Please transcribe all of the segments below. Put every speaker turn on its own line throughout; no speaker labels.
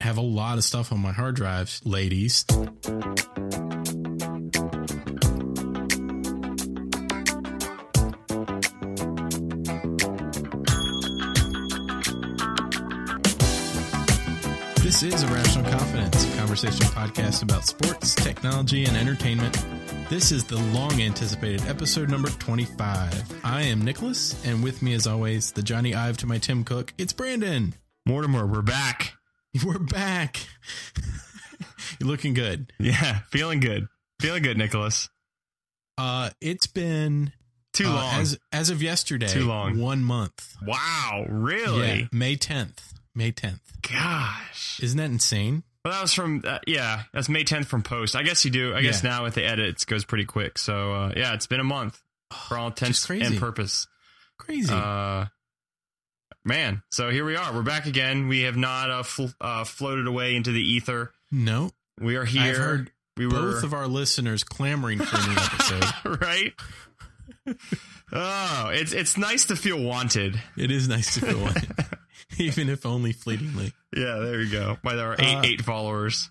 have a lot of stuff on my hard drives, ladies. This is Irrational Confidence, a conversation podcast about sports, technology, and entertainment. This is the long anticipated episode number 25. I am Nicholas, and with me, as always, the Johnny Ive to my Tim Cook, it's Brandon.
Mortimer, we're back.
We're back. You're looking good.
Yeah, feeling good. Feeling good, Nicholas.
Uh, it's been
Too
uh,
long.
as as of yesterday.
Too long.
One month.
wow, really?
Yeah, May 10th. May 10th.
Gosh.
Isn't that insane?
Well, that was from uh, yeah. That's May 10th from post. I guess you do. I guess
Yeah.
now with the edits goes pretty quick. So uh, yeah, it's been a month for all intents
crazy.
and purpose.
Crazy.
Uh, man, so here we are. We're back again. We have not uh, fl- uh, floated away into the ether.
no,
We are here.
I've heard
we
both of our listeners clamoring for a new episode.
right. oh, it's it's nice to feel wanted.
It is nice to feel one, even if only fleetingly.
Yeah, there you go. By our eight
Uh,
eight followers.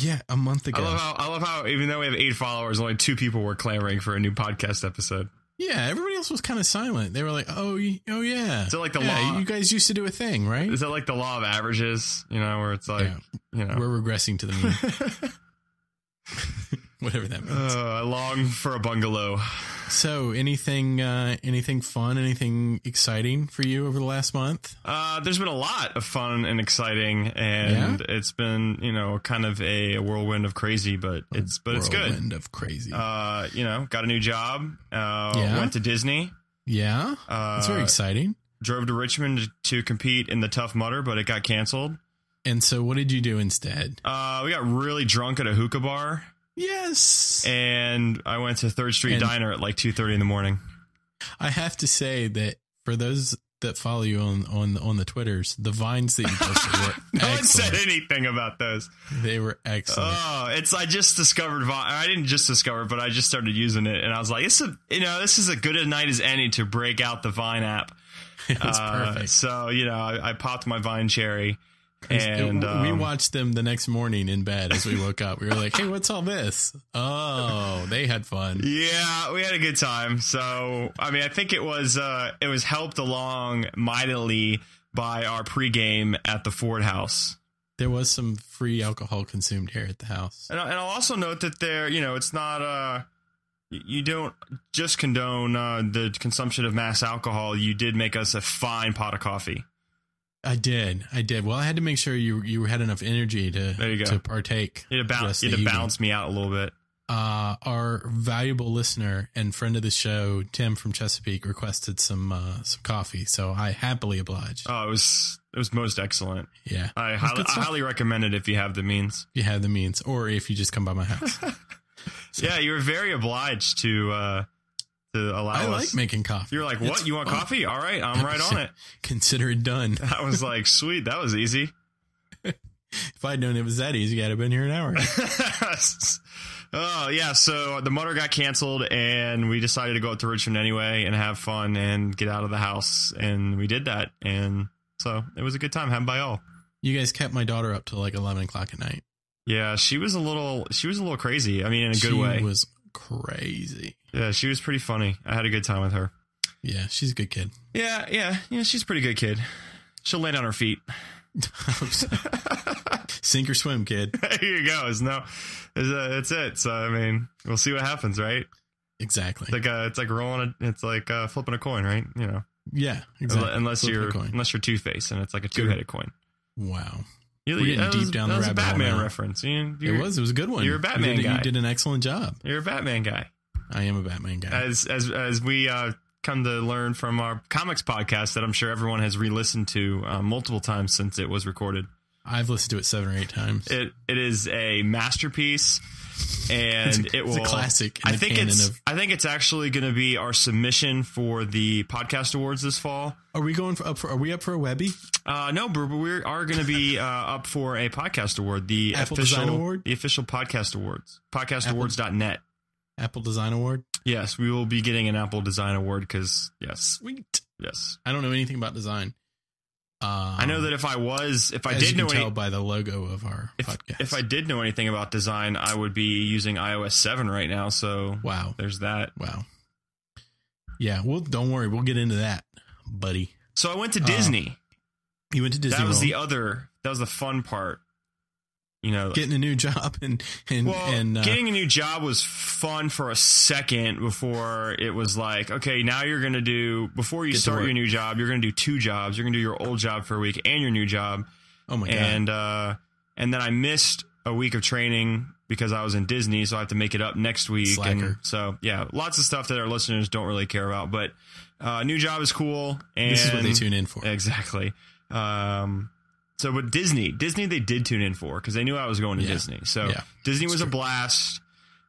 Yeah, a month
I love
ago.
how I love how even though we have eight followers, only two people were clamoring for a new podcast episode.
Yeah, everybody else was kind of silent. They were like, "Oh, y- oh yeah."
Is it like the
yeah,
law?
you guys used to do a thing, right?
Is that like the law of averages? You know, where it's like
Yeah.
you know.
We're regressing to the mean, whatever that means.
Uh, I long for a bungalow.
So, anything, uh, anything fun, anything exciting for you over the last month?
Uh, there's been a lot of fun and exciting, and it's been you know kind of a whirlwind of crazy, but it's but it's good.
Whirlwind of crazy.
Uh, you know, got a new job. Uh,
Yeah.
went to Disney.
yeah,
Uh,
it's very exciting.
drove to Richmond to compete in the Tough Mudder, but it got canceled.
And so, what did you do instead?
Uh, we got really drunk at a hookah bar,
Yes,
and I went to Third Street
And-
Diner at like two thirty in the morning.
I have to say that for those that follow you on on on the twitters, the vines that you posted were
No one said
excellent.
anything about those.
They were excellent.
Oh, it's I just discovered. Vi- I didn't just discover, it, but I just started using it, and I was like, "This is you know, this is a good a night as any to break out the Vine app."
it was
Uh,
perfect.
So you know, I, I popped my Vine cherry,
It-
and
we
um,
watched them the next morning in bed as we woke up. We were like, "Hey, what's all this?" Oh, they had fun.
Yeah, we had a good time. So, I mean, I think it was uh, it was helped along mightily by our pregame at the Ford House.
There was some free alcohol consumed here at the house.
And, I- and I'll also note that there, you know, it's not uh, y- you don't just condone uh, the consumption of mass alcohol. You did make us a fine pot of coffee.
I did, I did. Well, I had to make sure you you had enough energy to
There you go.
to partake.
You had
the
to, bounce,
rest
you
of
had
the
to
evening.
balance me out a little bit.
Uh, our valuable listener and friend of the show, Tim from Chesapeake, requested some uh, some coffee, so I happily obliged.
Oh, it was it was most excellent.
yeah,
I,
That's
highly,
good
I
stuff.
highly recommend it if you have the means.
if you have the means, or if you just come by my house.
Yeah, you were very obliged to uh, to allow
I
us.
like making coffee.
You're like, what?
It's
you want
fun.
coffee? All right, I'm right on it.
Consider it done.
I was like, sweet, that was easy.
If I'd known it was that easy, I'd have been here an hour.
oh yeah, so the motor got canceled, and we decided to go up to Richmond anyway and have fun and get out of the house, and we did that, and so it was a good time. Had by all.
You guys kept my daughter up till like eleven o'clock at night.
Yeah, she was a little, she was a little crazy. I mean, in a good
she
way.
was crazy.
yeah, she was pretty funny. I had a good time with her.
Yeah, she's a good kid.
Yeah, yeah, yeah. She's a pretty good kid. She'll land on her feet.
Sink or swim, kid.
there you go. It's no, it's, uh, it's it. So I mean, we'll see what happens, right?
Exactly.
It's like uh, it's like rolling a, it's like uh, flipping a coin, right? You know,
yeah,
unle-
exactly.
unless
Flip the
you're
coin.
unless you're Two Face and it's like a two headed coin.
wow.
You,
We're getting
that
deep
was,
down
that
the
was a
rabbit hole
Batman
now.
reference. You, you,
it was. It was a good one.
you're a Batman
you did,
guy.
You did an excellent job.
You're a Batman guy.
I am a Batman guy.
As as as we uh, come to learn from our comics podcast that I'm sure everyone has re-listened to uh, multiple times since it was recorded.
I've listened to it seven or eight times.
It it is a masterpiece, and
It's a-
it
it's
will
a classic. In
I
the
think
canon
it's
Of,
I think it's actually going to be our submission for the podcast awards this fall.
are we going for up for? Are we up for a Webby?
Uh, no, but we are going to be uh, up for a podcast award, the
Apple
official
Design Award?
the official podcast awards, podcastawards.net.
Apple Design Award.
Yes, we will be getting an Apple Design Award because yes,
Sweet.
yes,
I don't know anything about design. Um,
I know that if I was, if I
as
did
you
know
can
any,
tell by the logo of our
if,
podcast.
if I did know anything about design, I would be using iOS 7 right now. So
wow,
there's that.
wow, yeah. Well, don't worry, we'll get into that, buddy.
So I went to
Uh,
Disney.
You went to Disney.
that was
World,
the other. That was the fun part. You know,
getting a new job and and
well,
and uh,
getting a new job was fun for a second before it was like, okay, now you're going to do before you
Get to
start
work.
your new job, you're going to do two jobs. You're going to do your old job for a week and your new job.
oh my god,
and uh, and then I missed a week of training because I was in Disney, so I have to make it up next week. And
Slacker.
so yeah, lots of stuff that our listeners don't really care about, but uh, new job is cool. And
this is what they tune in for.
exactly. Um, so but Disney, Disney, they did tune in for because they knew I was going to
Yeah.
Disney. So
Yeah.
Disney was
It's
a
true.
blast.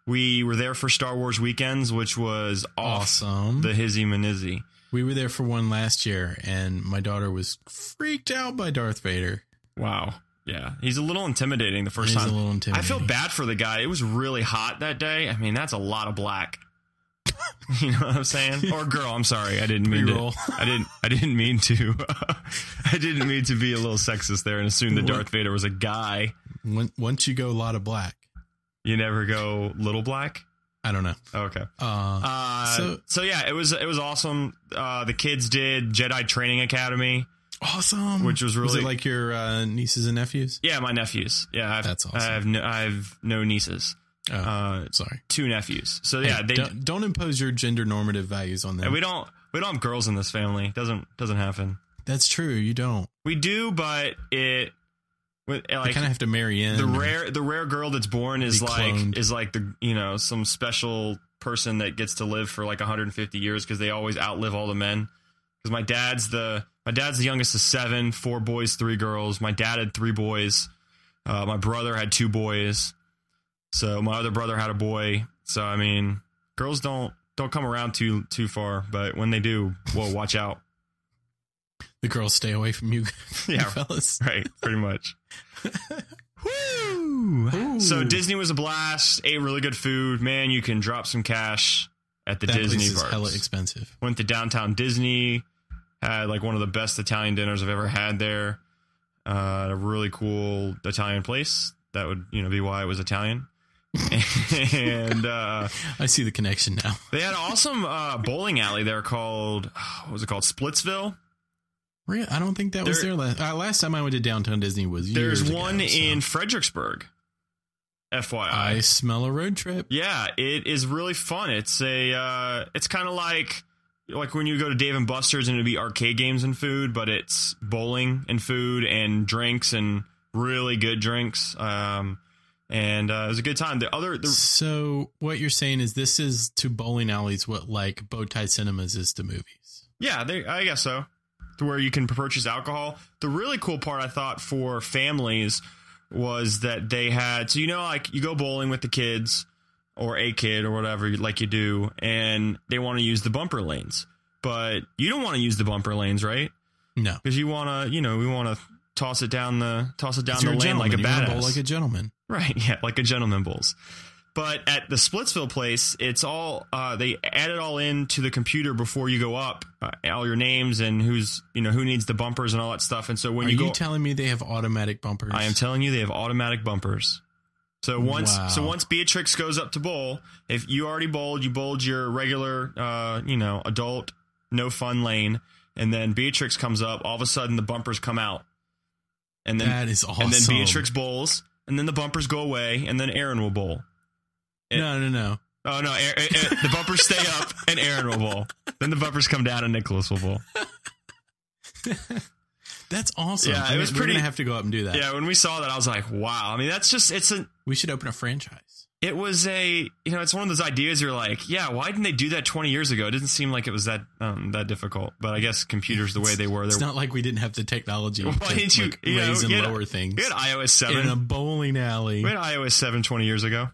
We were there for Star Wars weekends, which was awesome.
Awesome.
The hizzy manizzy.
we were there for one last year, and my daughter was freaked out by Darth Vader.
Wow. Yeah, he's a little intimidating the
It
first
is a
time.
little
I
intimidating.
feel bad for the guy. It was really hot that day. I mean, that's a lot of black. You know what I'm saying? Or girl, I'm sorry. I didn't mean
Reroll.
to. I didn't I didn't mean to. I didn't mean to be a little sexist there and assume that Darth Vader was a guy.
When- Once you go a lot of black,
You never go little black.
I don't know.
Okay.
Uh,
Uh, so,
So-
yeah, it was it was awesome. Uh, the kids did Jedi Training Academy.
awesome.
which was really-
it like your uh, nieces and nephews.
Yeah, my nephews. Yeah, I've,
That's awesome.
I've no, I've no nieces.
Oh,
Uh,
sorry.
two nephews. So yeah,
Hey,
they
don't, don't impose your gender normative values on
And
them.
we don't we don't have girls in this family. Doesn't doesn't happen.
That's true. You don't.
We do, but it with
You
like
kind of have to marry in.
the
or-
rare the rare girl that's born is
Be
like
cloned.
is like the you know some special person that gets to live for like 150 years because they always outlive all the men. Because my dad's the my dad's the youngest of seven, four boys, three girls. My dad had three boys. Uh, my brother had two boys. So my other brother had a boy. So I mean, girls don't don't come around too too far, but when they do, whoa, watch out.
the girls stay away from you,
Yeah.
yeah. fellas.
right, pretty much. Woo! So
Ooh.
Disney was a blast. Ate really good food. Man, you can drop some cash at the
that place
Disney
is
parks.
hella expensive.
Went to downtown Disney. Had like one of the best Italian dinners I've ever had there. Uh, a really cool Italian place. That would you know be why it was Italian. and uh,
I see the connection now.
they had an awesome uh, bowling alley there called uh, what was it called Splitsville.
Really? I don't think that was
There-
there last. Uh, last time I went to downtown Disney was years
There's
ago,
one
so-
in Fredericksburg. FYI,
I smell a road trip.
Yeah, it is really fun. It's a uh, it's kind of like like when you go to Dave and Buster's and it'd be arcade games and food, but it's bowling and food and drinks and really good drinks. Um, and uh, it was a good time. The other the,
So what you're saying is this is to bowling alleys what like Bowtie Cinemas is to movies.
yeah, they, I guess so. To where you can purchase alcohol. The really cool part I thought for families was that they had so you know like you go bowling with the kids or a kid or whatever you- like you do and they want to use the bumper lanes but you don't want to use the bumper lanes right
No,
because you want to you know we want to toss it down the toss it down
You're
the lane like a
gentleman. You wanna
badass
bowl like a gentleman.
right yeah like a gentleman bowls but at the splitsville place it's all uh, they add it all in to the computer before you go up uh, all your names and who's you know who needs the bumpers and all that stuff and so when
Are
you
you,
go
telling me they have automatic bumpers?
I am telling you, they have automatic bumpers. So once,
Wow.
so once Beatrix goes up to bowl, if you already bowled, you bowled your regular, uh, you know, adult, no fun lane, and then Beatrix comes up. All of a sudden, the bumpers come out, and then
that is awesome.
and then Beatrix bowls, and then the bumpers go away, and then Aaron will bowl.
No, no, no.
Oh no, Aaron, the bumpers stay up, and Aaron will bowl. Then the bumpers come down, and Nicholas will bowl.
That's awesome.
Yeah, it
I mean,
was
We're
pretty-
gonna have to go up and do that.
Yeah, when we saw that, I was like, wow. I mean, that's just it's a
We should open a franchise.
it was a you know it's one of those ideas you're like yeah why didn't they do that 20 years ago it didn't seem like it was that um, that difficult but i guess computers the way they were they
It's
were
not like we didn't have the technology
Why
to
didn't you-
like,
you know,
raise
get
and
a-
lower things
we had ios
in
7
a bowling alley.
we had ios 7 20 years ago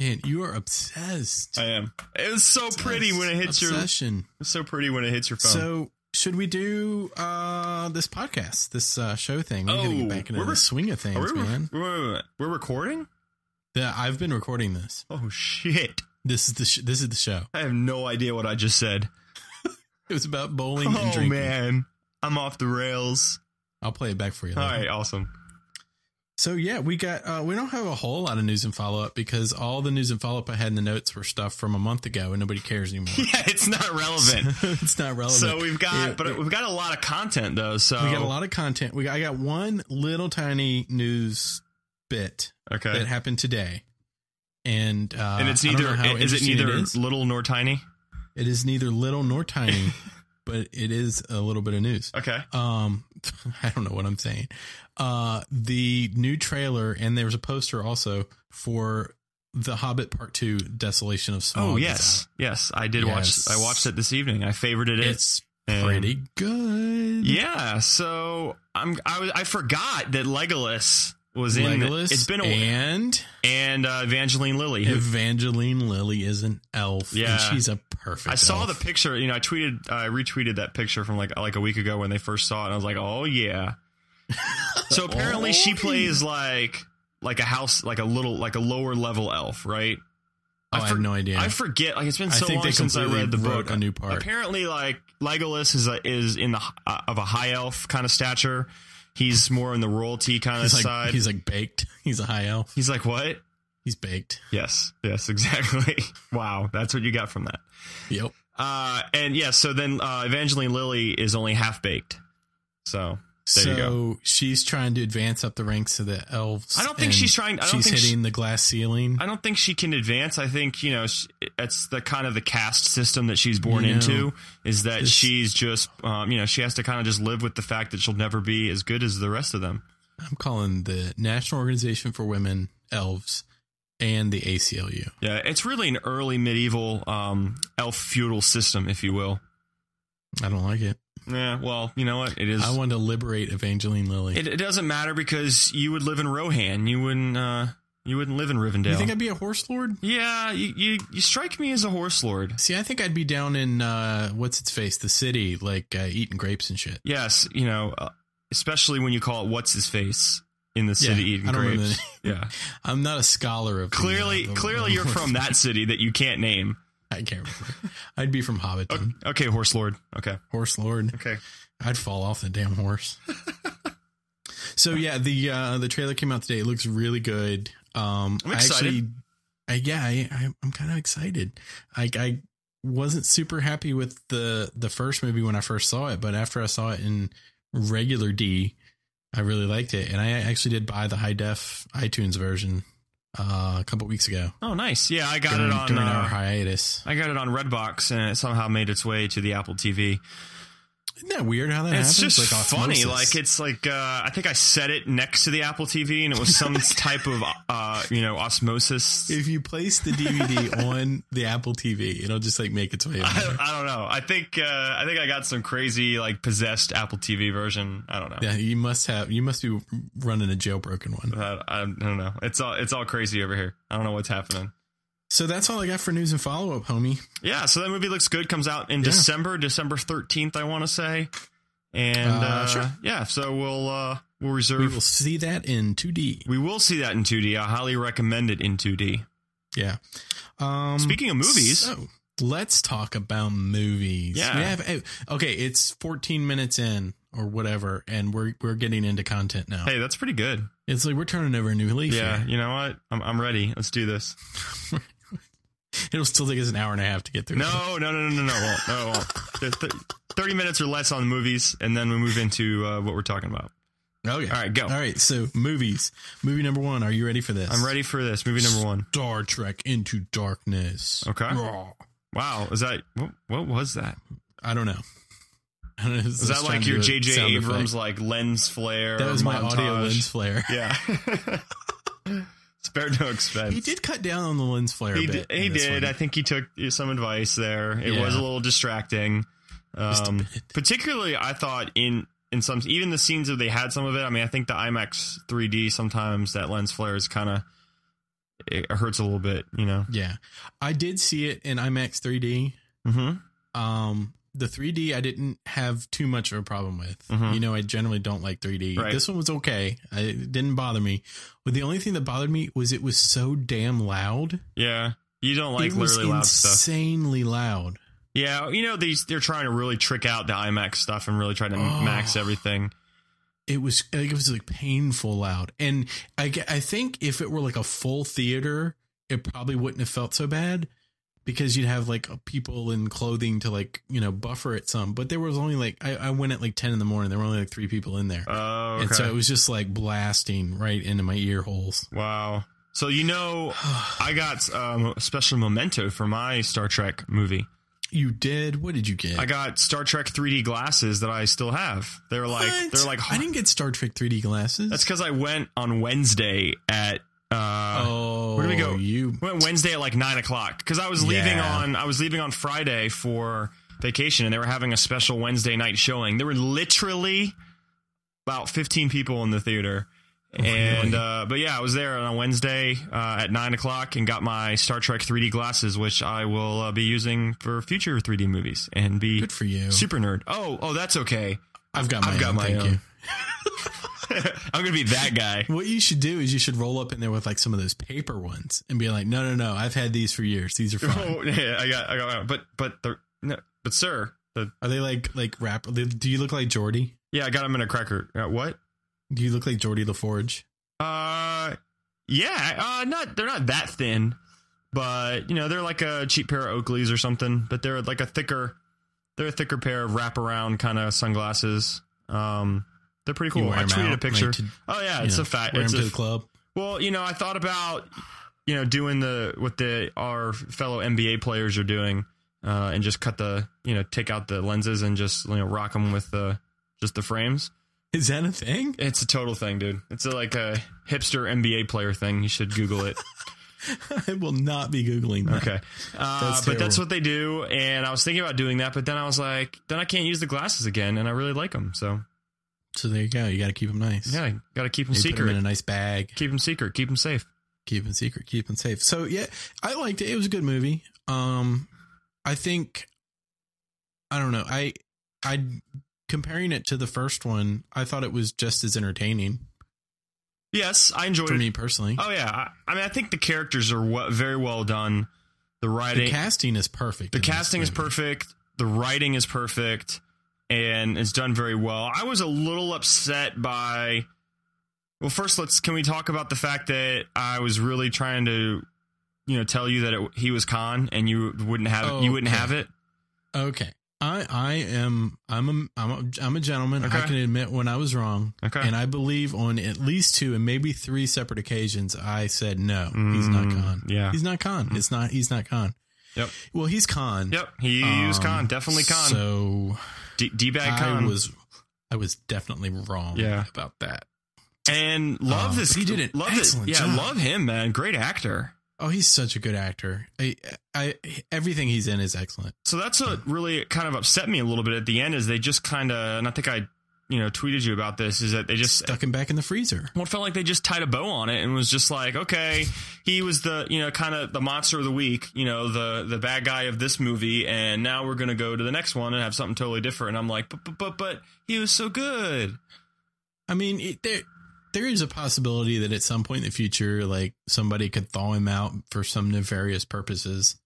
Man, you are obsessed.
i am it was so pretty when it hits your it
obsession.
was so pretty when it hits your phone
So should we do uh this podcast, this uh show thing? We're gonna
Oh,
get back into
we're
the
rec-
swing of
Are
things,
we,
man.
wait, wait, wait. we're recording
The, I've been recording this.
oh shit
This is the sh- this is the show.
i have no idea what i just said
It was about bowling and
oh
drinking.
man I'm off the rails.
I'll play it back for you.
All
later.
right, awesome.
So yeah, we got uh, we don't have a whole lot of news and follow up because all the news and follow up I had in the notes were stuff from a month ago and nobody cares anymore.
Yeah, it's not relevant.
it's not relevant.
so we've got,
Yeah,
but we've got a lot of content though. So
we got a lot of content. We got, I got one little tiny news bit
Okay,
that happened today, and uh,
and it's
I don't
neither.
know how
Is it
interesting
neither
is.
little nor tiny?
It is neither little nor tiny, but it is a little bit of news.
Okay.
Um, I don't know what I'm saying. Uh, the new trailer, and there was a poster also for The Hobbit Part Two: Desolation of Smaug.
Oh
is
yes, yes. I did
Yes.
watch. I watched it this evening. I favorited
out.
it.
it's
and-
pretty good.
Yeah. So I'm. I was. I forgot that Legolas was in.
Legolas
It's been a and,
and
and uh, Evangeline Lilly. who-
Evangeline Lilly is an elf.
Yeah.
and she's a perfect.
I saw the
elf.
picture. You know, I tweeted. I retweeted that picture from like like a week ago when they first saw it. And I was like, oh yeah. so apparently she
Oh.
plays like like a house like a little like a lower level elf, right?
Oh, I,
for-
have no idea.
I forget. Like it's been
I
so
think
long
they
since I
completely
read the
wrote
book.
a new part.
Apparently, like Legolas is a, is in the h- uh, of a high elf kind of stature. He's more in the royalty kind of
he's like
side. He's,
he's like baked. He's a high elf.
like what?
He's baked.
Yes, yes, exactly. wow, that's what you got from that.
Yep.
Uh, and yeah, so then uh, Evangeline Lilly is only half baked. So There
so
you
she's trying to advance up the ranks of the elves.
I don't think
and
she's trying- I don't
she's
think she-
hitting the glass ceiling.
I don't think she can advance. I think you know sh- it's the kind of the caste system that she's born
You know,
into is that
this-
she's just um, you know she has to kind of just live with the fact that she'll never be as good as the rest of them.
I'm calling the National Organization for Women Elves and the ACLU.
Yeah, it's really an early medieval um, elf feudal system, if you will.
I don't like it.
Yeah, well, you know what? It is.
I want to liberate Evangeline Lilly.
it, it doesn't matter because you would live in Rohan. You wouldn't. Uh, you wouldn't live in Rivendell.
you think I'd be a horse lord?
yeah, you, you you strike me as a horse lord.
See, I think I'd be down in uh, what's its face, the city, like uh, eating grapes and shit.
Yes, you know, uh, especially when you call it what's his face in the city
Yeah,
eating
I don't remember
grapes.
the name.
Yeah,
I'm not a scholar of the, uh,
clearly,
the-
clearly you're from that city that you can't name.
I can't remember. I'd be from Hobbiton,
Okay, horse lord. Okay,
horse lord.
okay.
I'd fall off the damn horse. so yeah, the uh, the trailer came out today. It looks really good. Um,
I'm
I
excited.
actually, I, yeah, I, I, I'm kind of excited. I, I wasn't super happy with the the first movie when I first saw it, but after I saw it in regular D, I really liked it, and I actually did buy the high def iTunes version uh, a couple weeks ago
Oh, nice. Yeah, I got
during,
it on.
during our
Uh,
hiatus.
I got it on Redbox, and it somehow made its way to the Apple TV.
Isn't that weird how that
it's
happens?
just funny.
osmosis.
Like it's like uh, I think I set it next to the Apple TV, and it was some type of uh, you know osmosis.
if you place the DVD on the Apple TV, it'll just like make its way. over
I,
there.
I don't know. I think uh, I think I got some crazy like possessed Apple TV version. I don't know.
Yeah, you must have. You must be running a jailbroken one.
I, I don't know. It's all it's all crazy over here. I don't know what's happening.
So that's all I got for news and follow up, homie.
Yeah. So that movie looks good. Comes out in
Yeah.
December, December thirteenth, I want to say. And uh,
Uh, sure.
yeah, so we'll uh, we'll reserve.
We will see that in 2D.
we will see that in 2D. I highly recommend it in 2D.
Yeah. Um,
Speaking of movies,
so let's talk about movies.
Yeah.
We have- eh, okay, it's 14 minutes in or whatever, and we're we're getting into content now.
hey, that's pretty good.
It's like we're turning over a new leaf.
Yeah,
here.
you know what? I'm, I'm ready. Let's do this.
It'll still take us an hour and a half to get through.
No, no, no, no, no, no, it won't. no. it won't. There's th- Thirty minutes or less on the movies, and then we move into uh, what we're talking about.
Okay.
All right, go.
All right. So movies. Movie number one. Are you ready for this?
I'm ready for this movie number one.
Star Trek Into Darkness.
Okay.
Raw.
Wow, is that what, what was that?
I don't know. I don't know.
Is that like your JJ Abrams like lens flare?
That was my audio
montage?
lens flare.
Yeah. Spare no expense.
He did cut down on the lens flare.
He
a
did.
bit
He
in this
did.
one.
I think he took uh, some advice there. It
Yeah.
was a little distracting.
Just a
Um,
bit.
particularly, I thought in in some even the scenes that they had some of it. I mean, I think the IMAX 3D sometimes that lens flare is kind of it hurts a little bit. You know.
Yeah, I did see it in IMAX 3D.
Mm-hmm.
Um, the 3D I didn't have too much of a problem with.
Mhm.
You know, I generally don't like 3D.
Right.
This one was okay. I, it didn't bother me. But the only thing that bothered me was it was so damn loud.
Yeah. You don't like
it was
literally loud stuff.
insanely loud.
Yeah, you know these they're trying to really trick out the IMAX stuff and really try to
Oh.
max everything.
it was like, it was like painful loud and I, ge- I think if it were like a full theater it probably wouldn't have felt so bad because you'd have like people in clothing to like you know buffer it some but there was only like i, I went at like 10 in the morning there were only like three people in there
Oh, okay.
and so it was just like blasting right into my ear holes
wow. So you know, I got um, a special memento for my Star Trek movie.
you did what did you get
I got Star Trek 3D glasses that I still have. They're like
What?
they're like
i didn't get star trek 3d glasses
That's because I went on Wednesday at uh,
oh
where do we go?
you
went Wednesday at like nine o'clock because I was leaving
Yeah.
on I was leaving on Friday for vacation and they were having a special Wednesday night showing. There were literally about fifteen people in the theater. And
Oh, Really?
uh, but yeah, I was there on a Wednesday uh, at nine o'clock and got my Star Trek 3D glasses, which I will uh, be using for future 3D movies and be
good for you
super nerd. Oh, oh, that's okay.
i've got my
I've got
own,
my
thank
own.
you
I'm gonna be that guy.
What you should do is you should roll up in there with like some of those paper ones and be like, no, no, no, I've had these for years. These are fine.
Oh, yeah, I got, I got, but, but the, no, but sir, the,
Are they like like wrap? Do you look like Jordy?
yeah, I got him in a cracker. Uh, what?
Do you look like Jordy LaForge?
Uh, yeah, uh, not, they're not that thin, but you know, they're like a cheap pair of Oakleys or something, but they're like a thicker, they're a thicker pair of wraparound kind of sunglasses. Um, they're pretty
You
cool.
wear
I
'em
tweeted
out,
a picture.
like, to-
oh yeah,
you
it's
know,
a fact.
Wear
It's
them to
a
the club.
Well, you know, I thought about you know doing the what the our fellow NBA players are doing, uh, and just cut the you know take out the lenses and just you know rock them with the just the frames.
Is that a thing?
It's a total thing, dude. It's a, like a hipster NBA player thing. You should Google it.
I will not be googling that.
Okay, uh,
That's
but that's
terrible.
what they do. And I was thinking about doing that, but then I was like, then I can't use the glasses again, and I really like them. So
So there you go. You got to keep them nice.
yeah, got to keep them
You put them in a
secret.
nice bag.
Keep them secret. Keep them safe.
keep it secret, keep it safe. So yeah, I liked it. It was a good movie. Um, I think, I don't know. I, I comparing it to the first one, I thought it was just as entertaining
Yes, I enjoyed
for
it.
me personally.
Oh yeah, I, I mean, I think the characters are wa- very well done. The
the
writing, the,
casting is perfect. in this
casting is
movie.
perfect. The writing is perfect, and it's done very well. I was a little upset by. Well, first, let's can we talk about the fact that I was really trying to, you know, tell you that it, he was Khan and you wouldn't have it. You wouldn't
Oh, Okay.
have it.
Okay. I, I am I'm a I'm a, I'm a gentleman. I
Okay.
can admit when I was wrong,
Okay.
and I believe on at least two and maybe three separate occasions I said no. he's not
Mm,
Khan.
yeah. Mm.
he's not Khan. It's not. He's not Khan.
Yep.
Well, he's Khan.
Yep, he was
Um,
Khan. Definitely Khan.
So
D- D-bag
I
Khan.
was, I was definitely wrong.
Yeah.
about that.
and love
Um,
this.
but he did an
love this.
excellent
Yeah,
job.
love him, man. Great actor.
Oh, he's such a good actor. I, I, everything he's in is excellent.
So that's what really kind of upset me a little bit at the end is they just kind of, and I think I, you know, tweeted you about this is that they just
Stuck him back in the freezer.
well, it felt like they just tied a bow on it and was just like, okay, he was the you know kind of the monster of the week, you know, the the bad guy of this movie, and now we're gonna go to the next one and have something totally different. And I'm like, but but but, but he was so good.
I mean, it, there, there is a possibility that at some point in the future, like somebody could thaw him out for some nefarious purposes.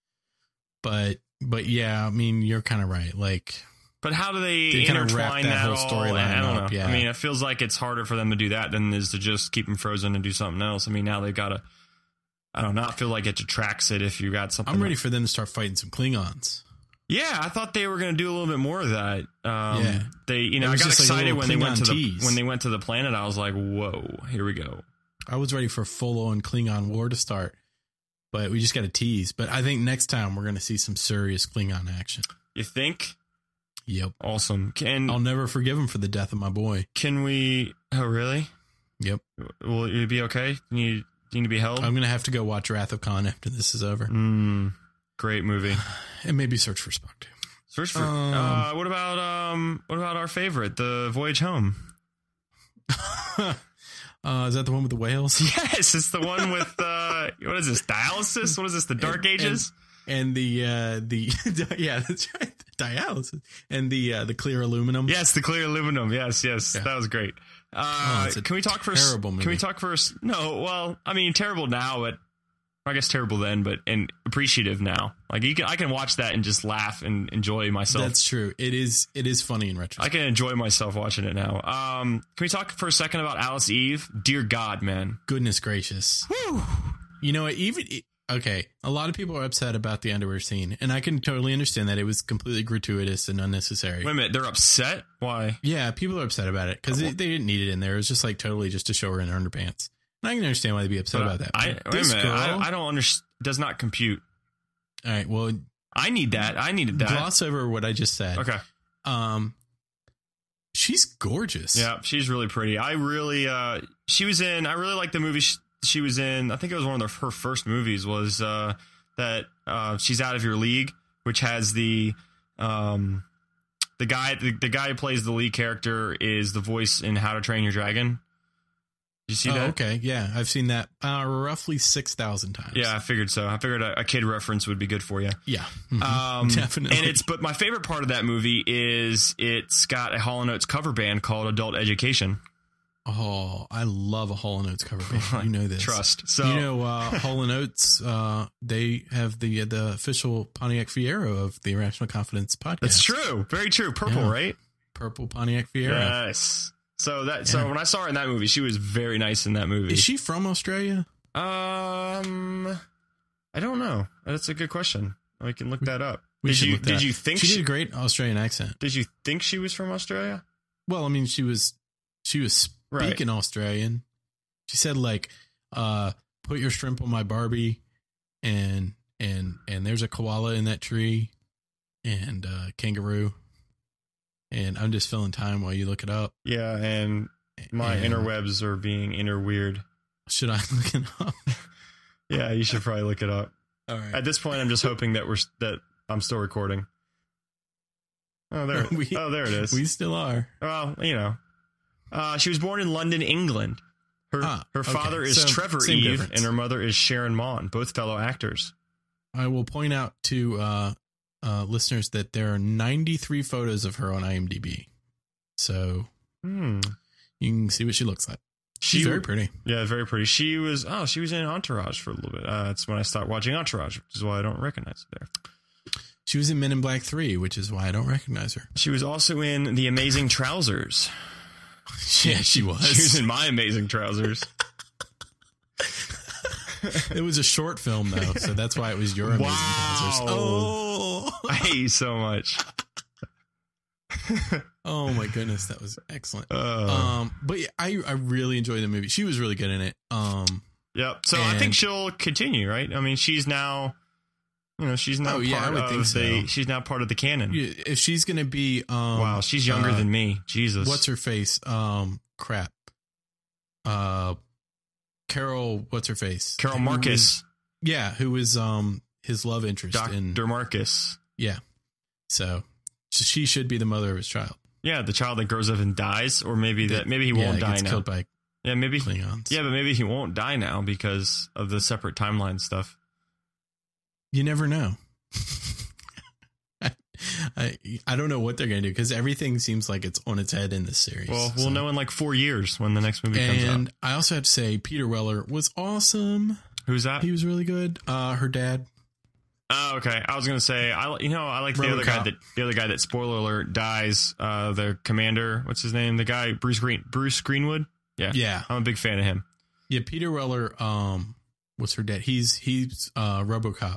But, but yeah, I mean, you're kind of right. Like,
But how do they,
They kinda wrap
intertwine
that
that,
whole
all?
storyline
I don't
up,
know.
yeah.
I mean, it feels like it's harder for them to do that than is to just keep them frozen and do something else. I mean, now they've got to. I don't know. I feel like it detracts it if you got something.
I'm ready for them to start fighting some Klingons.
Yeah, I thought they were going to do a little bit more of that. Um,
Yeah.
They, you know,
It
I
was
got
just like a
excited
little
when they went
Klingon
to the
tease.
when they went to the planet. I was like, "Whoa, here we go."
I was ready for full on Klingon war to start, but we just got to tease. But I think next time we're going to see some serious Klingon action.
You think?
Yep.
Awesome. Can
I'll never forgive him for the death of my boy.
can we? Oh, really?
Yep.
Will you be okay? You need, you need to be held.
I'm going to have to go watch Wrath of Khan after this is over
Mm, great movie.
and maybe search for Spock too.
Search for.
Um,
uh, what about um? What about our favorite, the Voyage Home?
uh, is that the one with the whales?
Yes, it's the one with uh, what is this? Dialysis? What is this? The Dark
And- and-
Ages?
And the, uh, the, yeah, that's right. Dialysis and the, uh, the clear aluminum.
Yes, the clear aluminum. Yes, yes,
Yeah.
that was great. Uh,
it's a
can we talk first?
terrible
Can we
movie.
talk first? No, well, I mean, terrible now, but I guess terrible then, but and appreciative now. Like you can, I can watch that and just laugh and enjoy myself.
That's true. It is it is funny in
I
retrospect.
can enjoy myself watching it now. Um, can we talk for a second about Alice Eve? Dear God, man.
Goodness gracious.
Whew.
You know, even e, okay, a lot of people are upset about the underwear scene, and I can totally understand that it was completely gratuitous and unnecessary.
Wait a minute, they're upset. Why?
Yeah, people are upset about it because they didn't need it in there. It was just like totally just to show her in her underpants. And I can understand why they'd be upset about that.
I,
But
wait a minute, I, I don't understand. Does not compute.
all right, well,
I need that. I needed that.
gloss over what I just said.
Okay.
Um, she's gorgeous.
Yeah, she's really pretty. I really, uh, she was in. I really like the movie she, she was in. I think it was one of the, her first movies. Was uh, that uh, she's out of your league, which has the um, the guy the, the guy who plays the lead character is the voice in How to Train Your Dragon. Did you see
Oh,
that?
okay. Yeah, I've seen that uh, roughly six thousand times.
Yeah, I figured so. I figured a, a kid reference would be good for you.
yeah, Mhm.
Um,
definitely.
And it's but my favorite part of that movie is it's got a Hall and Oates cover band called Adult Education.
oh, I love a Hall and Oates cover band. You know this.
Trust. So
You know, uh, Hall and Oates, uh, they have the the official Pontiac Fiero of the Irrational Confidence podcast.
That's true. Very true. Purple,
Yeah.
right?
Purple Pontiac Fiero.
Yes. So that
Yeah.
so when I saw her in that movie, she was very nice in that movie.
Is she from Australia?
um, I don't know. That's a good question. I can look that up.
We
did
should
you
look that
did
up.
you think
she
she,
did a great Australian accent.
did you think she was from Australia?
Well, I mean, she was she was
Right.
speaking Australian. She said like, uh, "Put your shrimp on my Barbie," and and and there's a koala in that tree, and uh, kangaroo. And I'm just filling time while you look it up.
Yeah, and my
And
interwebs are being inner weird.
Should I look it up?
Yeah, you should probably look it up.
All right.
At this point, I'm just hoping that we're that I'm still recording. Oh there,
We-
oh there it is.
We still are.
Well, you know, uh, she was born in London, England. Her
Ah,
her
okay.
father is
So,
Trevor
same
Eve,
difference.
and her mother is Sharon Mon, both fellow actors.
I will point out to uh, uh, listeners that there are 93 photos of her on IMDb, so
Hmm.
you can see what she looks like.
She,
She's very pretty.
yeah, very pretty. She was oh, she was in Entourage for a little bit. Uh, that's when I stopped watching Entourage, which is why I don't recognize her there.
She was in Men in Black 3, which is why I don't recognize her.
She was also in The Amazing Trousers.
Yeah, she was.
She was in My Amazing Trousers.
it was a short film though, so that's why it was your amazing
Wow.
Trousers. Oh,
I hate you so much.
oh my goodness, that was excellent.
Uh,
Um, but yeah, I I really enjoyed the movie. She was really good in it. Um,
yep. So I think
and-
she'll continue, right? I mean, she's now, you know, she's now
Oh,
part
yeah, I would
of
think so.
the. She's now part of the canon.
you- if she's gonna be um,
wow, she's younger
uh,
than me. Jesus.
what's her face? Um, crap. Uh, Carol, what's her face?
Carol
Who was-
Marcus,
yeah, who was um his love interest in
Doctor Marcus.
so she should be the mother of his child.
Yeah, the child that grows up and dies, or maybe that maybe he
yeah,
won't die
gets
now.
killed by
yeah, maybe.
Klingons.
Yeah, but maybe he won't die now because of the separate timeline stuff.
you never know. I, I I don't know what they're gonna do because everything seems like it's on its head in this series.
Well, we'll
so.
know in like four years when the next movie comes out.
And I also have to say, Peter Weller was awesome.
Who's that?
He was really good. Uh, her dad.
Oh, okay. I was gonna say, I you know, I like the other guy
RoboCop.
that the other guy that spoiler alert dies. Uh, the commander, what's his name? The guy Bruce Green, Bruce Greenwood. Yeah.
Yeah,
I'm a big fan of him.
yeah. Peter Weller. Um, what's her dad? He's he's uh RoboCop,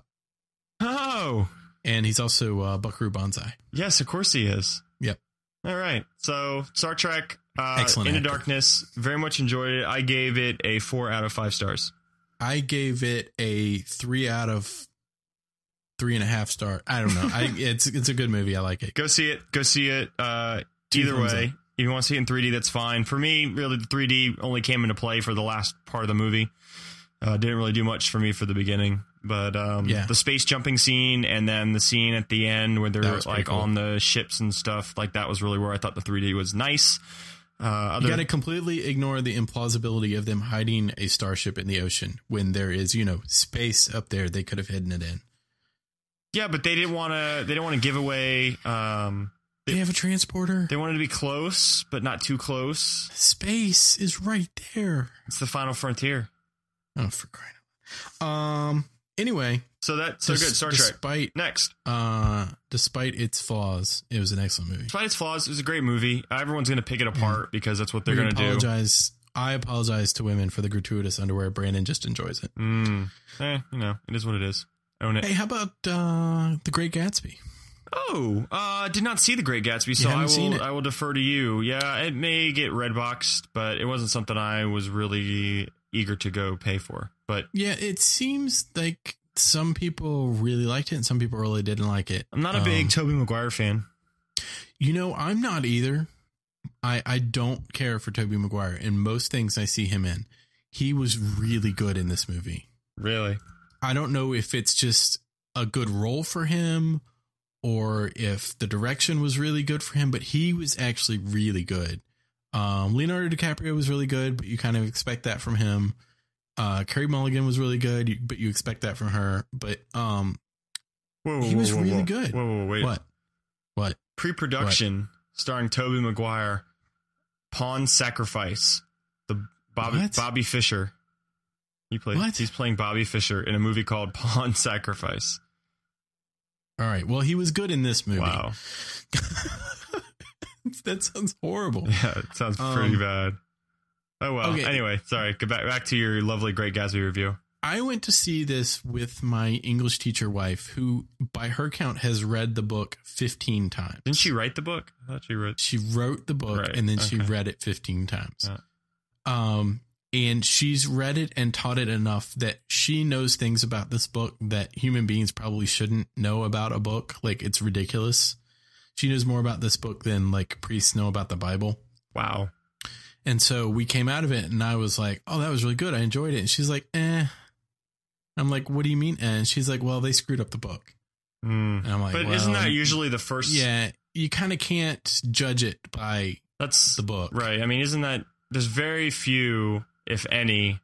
Oh,
and he's also uh, Buckaroo Banzai.
Yes, of course he is.
Yep.
All right. So Star Trek uh,
Excellent
Into
actor.
Darkness. Very much enjoyed it. I gave it a four out of five stars.
I gave it a three out of three and a half star. I don't know. I it's it's a good movie. I like it.
Go see it. Go see it. Uh,
Two
either
thumbs
way,
up.
if you want to see it in 3D, that's fine. For me, really, the 3D only came into play for the last part of the movie. Uh, didn't really do much for me for the beginning, but um,
Yeah.
the space jumping scene and then the scene at the end where
That
they're
was pretty
like
cool.
on the ships and stuff, like that was really where I thought the 3D was nice. Uh,
You
other,
got to completely ignore the implausibility of them hiding a starship in the ocean when there is, you know, space up there they could have hidden it in.
yeah, but they didn't want to. They didn't want to give away. Um,
They have a transporter.
They wanted to be close, but not too close.
Space is right there.
It's the final frontier.
Oh, for crying out Um. Anyway,
So that so
des-
good. Star Trek.
despite
Next,
uh, despite its flaws, it was an excellent movie.
despite its flaws, it was a great movie. Everyone's gonna pick it apart because that's what they're
Mm. We
gonna do.
apologize. I apologize to women for the gratuitous underwear. Brandon just enjoys it.
Mm. Eh, you know, it is what it is. Own it.
Hey, how about uh, the Great Gatsby?
Oh, uh, did not see the Great Gatsby, so
haven't
I will.
seen it.
I will defer to you. Yeah, it may get red boxed, but it wasn't something I was really eager to go pay for. But
Yeah, it seems like some people really liked it and some people really didn't like it.
I'm not a
Um,
big Toby Maguire fan.
You know, I'm not either. I I don't care for Toby Maguire in most things I see him in. He was really good in this movie.
Really?
I don't know if it's just a good role for him or if the direction was really good for him, but he was actually really good. Um, Leonardo DiCaprio was really good, but you kind of expect that from him. Uh, Carrie Mulligan was really good, you- but you expect that from her. But um,
Whoa,
He was really good.
Whoa, whoa, wait.
what? What?
Pre-production starring Toby Maguire, Pawn Sacrifice, the Bobby
What?
Bobby Fisher. He played.
What?
He's playing Bobby Fisher in a movie called Pawn Sacrifice.
All right. Well, he was good in this movie.
Wow.
that sounds horrible.
Yeah, it sounds pretty
Um,
bad. Oh well.
okay.
Anyway, sorry. Go back back to your lovely Great Gatsby review.
I went to see this with my English teacher wife, who, by her count, has read the book 15 times.
Didn't she write the book? I thought she wrote.
She wrote the book
Right,
and then she
okay.
read it 15 times.
Yeah.
Um, and she's read it and taught it enough that she knows things about this book that human beings probably shouldn't know about a book. Like, it's ridiculous. She knows more about this book than like priests know about the Bible.
Wow.
And so we came out of it and I was like, oh, that was really good. I enjoyed it. And she's like, eh. I'm like, what do you mean? eh?" And she's like, well, they screwed up the book.
Hmm.
And I'm like,
But
well,
isn't that usually the first?
Yeah. You kind of can't judge it by
That's
the book.
Right. I mean, isn't that there's very few, if any,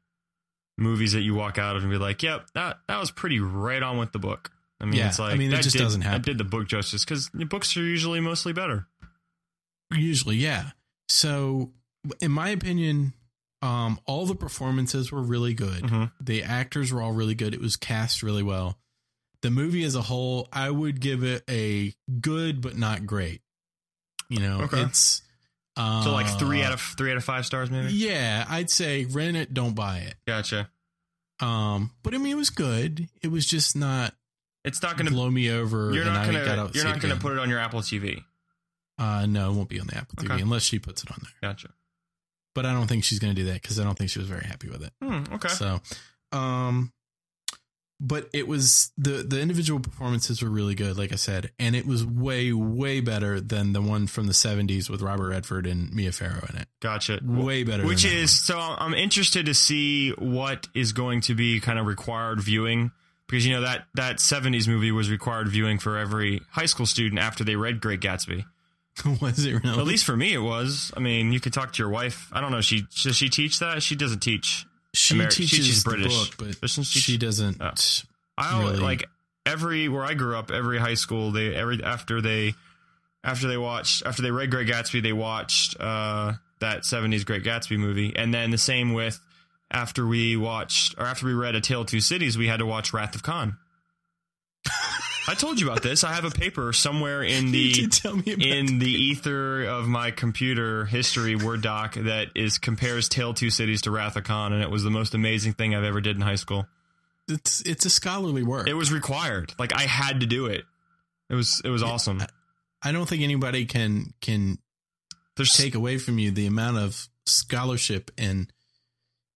movies that you walk out of and be like, "Yep, that that was pretty right on with the book." I mean,
Yeah,
it's like
I mean, it
that
just
did,
doesn't happen.
That did the book justice because the books are usually mostly better.
Usually, yeah. So, in my opinion, um, all the performances were really good.
Mhm.
The actors were all really good. It was cast really well. The movie as a whole, I would give it a good but not great. You know,
Okay.
it's uh,
So like three out of three out of five stars, maybe.
yeah. I'd say rent it, don't buy it.
Gotcha.
Um, but I mean, it was good. It was just not
It's not
going
gonna.
to blow me over.
you're
and
not
I got
gonna.
out
You're not gonna
again.
put it on your Apple TV.
Uh, no, it won't be on the Apple TV
Okay.
unless she puts it on there.
Gotcha.
But I don't think she's going to do that because I don't think she was very happy with it.
Hmm, okay.
So, um, but it was the the individual performances were really good, like I said, and it was way way better than the one from the '70s with Robert Redford and Mia Farrow in it.
gotcha.
Way better, than
Which
that
is so I'm I'm interested to see what is going to be kind of required viewing because you know that that 70s movie was required viewing for every high school student after they read Great Gatsby.
one. was it really?
At least for me it was. I mean, you could talk to your wife. I don't know, she does she teach that? She doesn't teach.
she
Ameri- she-
teaches
she's
the
British.
book, but
Doesn't she-
she, doesn't.
Oh. I don't
Really?
like every where I grew up, every high school they every after they after they watched after they read Great Gatsby, they watched uh, that '70s Great Gatsby movie, and then the same with after we watched or after we read A Tale of Two Cities, we had to watch Wrath of Khan. I told you about this. I have a paper somewhere in
you
the
did tell me about
in the ether of my computer history Word doc that is compares Tale of Two Cities to Wrath of Khan, and it was the most amazing thing I've ever did in high school.
it's it's a scholarly work.
It was required. Like I had to do it. It was it was awesome.
I don't think anybody can can
There's
take away from you the amount of scholarship and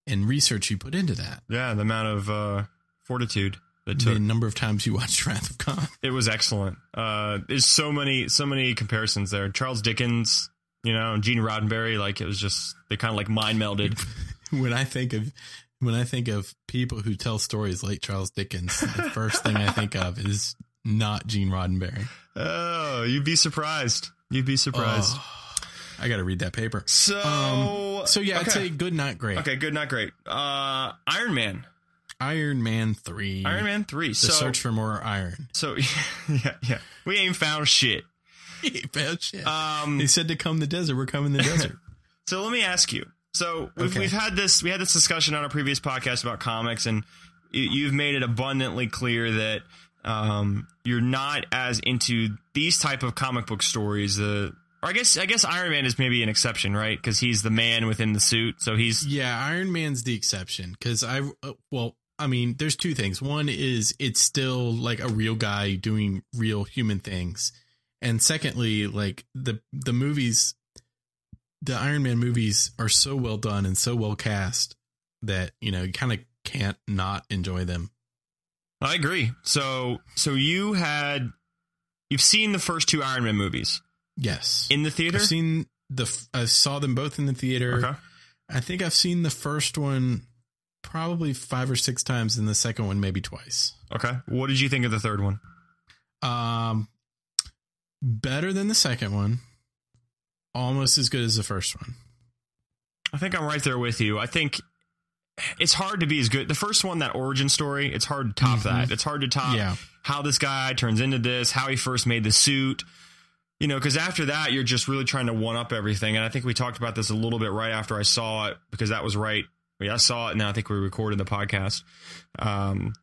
and research you put into that.
yeah, the amount of uh, fortitude that
The
took.
number of times you watched Wrath of Khan.
It was excellent. Uh, there's so many so many comparisons there. Charles Dickens, you know, and Gene Roddenberry. Like it was just they kind of like mind melded.
when I think of when I think of people who tell stories like Charles Dickens, the first thing I think of is not Gene Roddenberry.
oh, you'd be surprised. You'd be surprised.
Oh, I got to read that paper.
So
Um, So yeah, I'd
okay.
say good, not great.
okay, good, not great. Uh, Iron Man,
Iron Man three.
Iron Man three.
Mm. The
so
search for more iron.
so yeah, yeah. We ain't found shit.
He found shit.
Um,
they said to come the desert. We're coming the desert.
So let me ask you. So we've,
Okay.
we've had this we had this discussion on a previous podcast about comics and y- you've made it abundantly clear that um, you're not as into these type of comic book stories. The or I guess I guess Iron Man is maybe an exception, right? Because he's the man within the suit, so he's
Yeah, Iron Man's the exception because I uh, well, I mean, there's two things. One is it's still like a real guy doing real human things, and secondly, like the the movies, the Iron Man movies are so well done and so well cast that you know you kind of can't not enjoy them.
I agree. So so you had you've seen the first two Iron Man movies
Yes,
in the theater.
I've seen the f- I saw them both in the theater.
okay.
I think I've seen the first one probably five or six times, and the second one maybe twice.
Okay. What did you think of the third one?
Um, better than the second one. Almost as good as the first one.
I think I'm right there with you. I think it's hard to be as good. The first one, that origin story, it's hard to top
Mhm.
that. It's hard to top
yeah,
how this guy turns into this, how he first made the suit. You know, because after that, you're just really trying to one up everything. And I think we talked about this a little bit right after I saw it, because that was right. I, mean, I saw it, and I think we recorded the podcast. Um,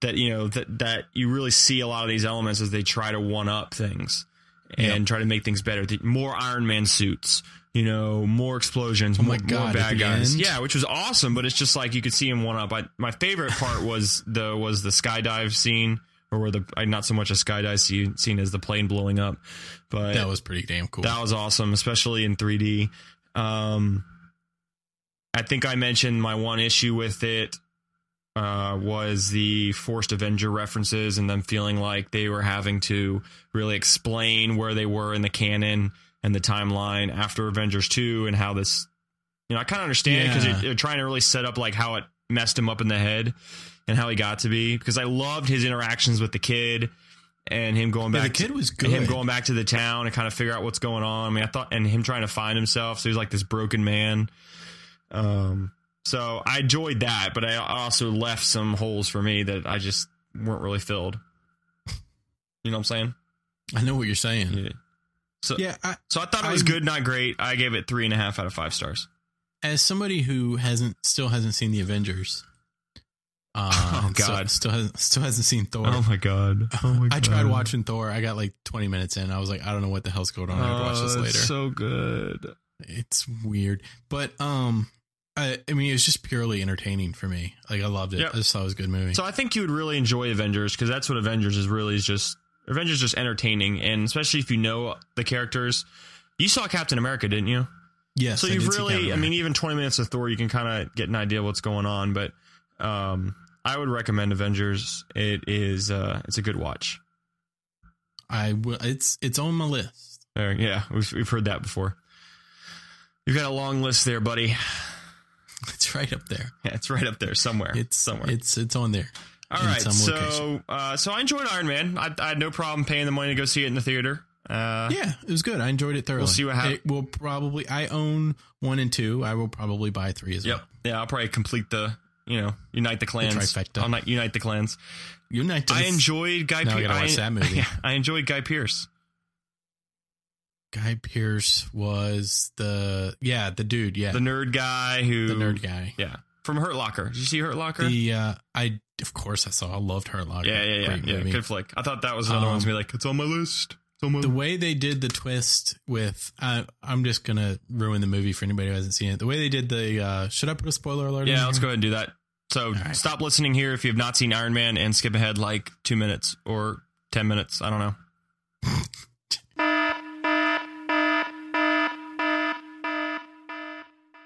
that you know that that you really see a lot of these elements as they try to one up things and try to make things better. The- More Iron Man suits, you know, more explosions,
Oh my
more, more
God, at
bad
the
guys.
end?
Yeah, which was awesome. But it's just like you could see him one up. I, my favorite part was the was the skydive scene, or where the I- not so much a skydive scene, scene as the plane blowing up, but
that was pretty damn cool.
that was awesome, especially in 3D. Um, I think I mentioned my one issue with it uh, was the forced Avenger references and them feeling like they were having to really explain where they were in the canon and the timeline after Avengers 2 and how this. You know, I kind of understand because
Yeah.
they're trying to really set up like how it messed him up in the head and how he got to be. Because I loved his interactions with the kid and him going
Yeah,
back.
the
to-
kid was good.
and him going back to the town and kind of figure out what's going on. I mean, I thought, and him trying to find himself. So he's like this broken man. Um, so I enjoyed that, but I also left some holes for me that I just weren't really filled. You know what I'm saying?
I know what you're saying. Yeah, I,
So I thought it was
I'm-
good, not great. I gave it three and a half out of five stars.
as somebody who hasn't still hasn't seen the Avengers. Uh,
Oh,
and still-
God.
still hasn't, still hasn't seen Thor.
Oh my god!
I tried watching Thor. I got like 20 minutes in. I was like, I don't know what the hell's going on. I have to watch this later.
Oh, So good.
it's weird but um I, I mean it was just purely entertaining for me like i loved it
Yep.
i just thought it was a good movie
So I think you would really enjoy Avengers because that's what Avengers is really is just Avengers is just entertaining, and especially if you know the characters. You saw Captain America, didn't you?
yes
so
I
you
did see Captain
really, I
America.
mean, even twenty minutes of Thor, you can kind of get an idea of what's going on. But um, I would recommend Avengers. It is uh, it's a good watch.
i will it's it's on my list
There, yeah, we've we've heard that before. You've got a long list there, buddy.
it's right up there
Yeah, it's right up there somewhere.
it's
somewhere.
it's it's on there
All
in
right,
some
so
location.
uh, so I enjoyed Iron Man. I, I had no problem paying the money to go see it in the theater. Uh,
yeah it was good i enjoyed it thoroughly
see what hap-
it will probably i own one and two i will probably buy three as
Yep.
well
Yeah, I'll probably complete the you know unite the clans.
trifecta.
I'll not unite the clans.
united
I enjoyed Guy.
Now I
Pearce.
gotta watch that movie.
Yeah, I enjoyed Guy Pierce.
guy pierce was the yeah the dude yeah
the nerd guy who
the nerd guy
Yeah, from Hurt Locker. Did you see Hurt Locker?
the uh i of course i saw i loved her locker
yeah, yeah, yeah,
Great
yeah.
movie.
Good flick. I thought that was another
Um,
one to be like, it's on my list. It's on my
the way they did the twist with I I'm just gonna ruin the movie for anybody who hasn't seen it. The way they did the uh, should I put a spoiler alert?
yeah,
in
let's go
here?
ahead and do that. So
right.
stop listening here if you have not seen Iron Man and skip ahead like two minutes or ten minutes. I don't know.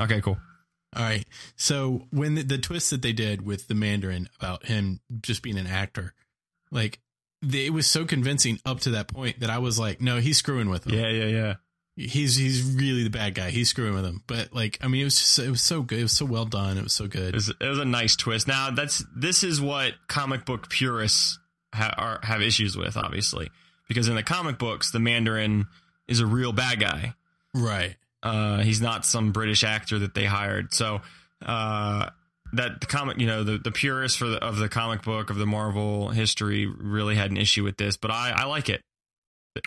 okay, cool.
All right. So when the, the twist that they did with the Mandarin about him just being an actor, like they, it was so convincing up to that point that I was like, no, he's screwing with him.
Yeah, yeah, yeah.
He's he's really the bad guy. He's screwing with him. But like, I mean, it was just it was so good. It was so well done. It was so good.
It was, it was a nice twist. Now that's this is what comic book purists ha- are, have issues with, obviously, because in the comic books, the Mandarin is a real bad guy.
right.
Uh, he's not some British actor that they hired. So uh, that the comic, you know, the, the purists for the, of the comic book of the Marvel history really had an issue with this, but I, I like it.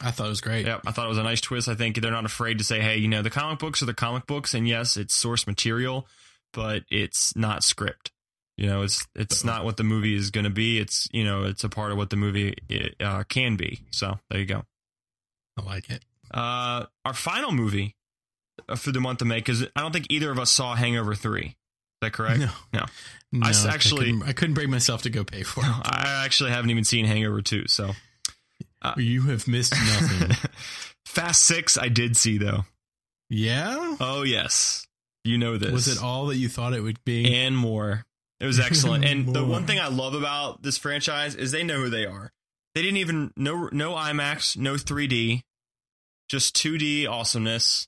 I thought it was great.
Yep, I thought it was a nice twist. I think they're not afraid to say, hey, you know, the comic books are the comic books, and yes, it's source material, but it's not script. You know, it's it's not what the movie is going to be. It's you know, it's a part of what the movie uh, can be. So there you go.
I like it.
Uh, our final movie uh, for the month of May because I don't think either of us saw Hangover Three. Is that correct?
No,
No.
no.
I s- actually-
couldn't, I couldn't bring myself to go pay for it.
I actually haven't even seen Hangover Two. So
You have missed nothing.
Fast Six, I did see though.
yeah,
Oh yes, you know this.
was it all that you thought it would be?
and more. It was excellent. And the
Mm. More.
one thing I love about this franchise is they know who they are. They didn't even no no IMAX, no 3D, just 2D awesomeness.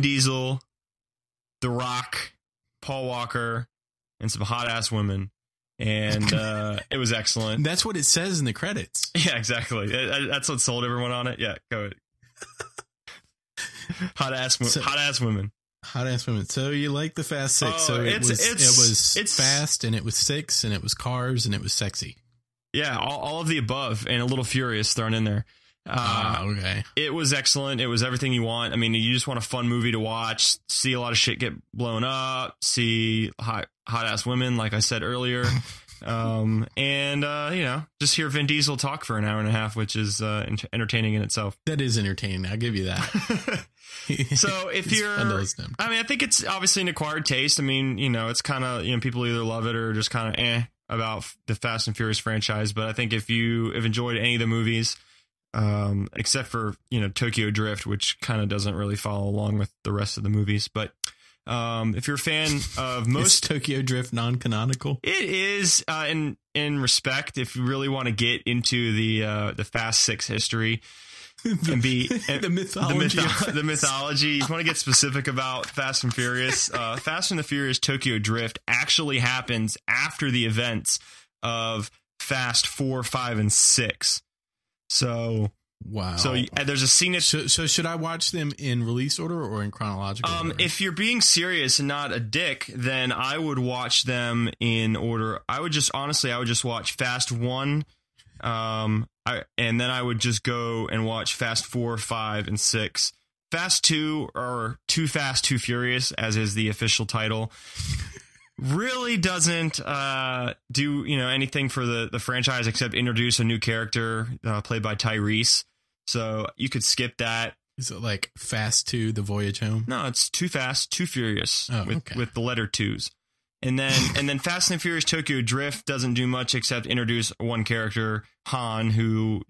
Diesel, The Rock, Paul Walker, and some hot ass women, and uh, it was excellent.
That's what it says in the credits.
Yeah, exactly. That- that- That's what sold everyone on it. Yeah, go ahead. Hot ass, wo-
So-
hot ass women.
Hot ass women. So you like the fast six?
Oh,
so it
it's-
was
it's-
it was
it's-
fast and it was six and it was cars and it was sexy.
Yeah, all, all of the above, and a little furious thrown in there. Uh,
Ah, okay.
it was excellent. It was everything you want. I mean, you just want a fun movie to watch, see a lot of shit get blown up, see hot hot ass women, like I said earlier, um, and uh, you know, just hear Vin Diesel talk for an hour and a half, which is uh, ent- entertaining in itself.
That is entertaining. I'll give you that.
so if
It's
you're
fun to listen to.
I mean, I think it's obviously an acquired taste. I mean, you know, it's kind of you know people either love it or just kind of eh about f- the Fast and Furious franchise. But I think if you have enjoyed any of the movies, um, except for you know Tokyo Drift, which kind of doesn't really follow along with the rest of the movies, but um, if you're a fan of
Is
most,
Tokyo Drift non-canonical.
it is uh, in in respect. If you really want to get into the uh, the Fast Six history,
the,
and be-
the
the,
mythology.
mytho-
of-
the mythology. You want to get specific about Fast and Furious. Uh, Fast and the Furious Tokyo Drift actually happens after the events of Fast Four, Five, and Six. So,
wow.
so y- and there's a scene at
so so should I watch them in release order or in chronological?
um,
order?
if you're being serious and not a dick, then I would watch them in order. I would just honestly, I would just watch Fast One, um, I, and then I would just go and watch Fast Four, Five, and Six. Fast Two or Too Fast, Too Furious, as is the official title, really doesn't uh, do you know anything for the the franchise except introduce a new character uh, played by Tyrese. So you could skip that.
is it like Fast Two: The Voyage Home?
No, it's too fast, too furious
Oh,
with
okay.
with the letter twos. And then and then Fast and Furious Tokyo Drift doesn't do much except introduce one character, Han, who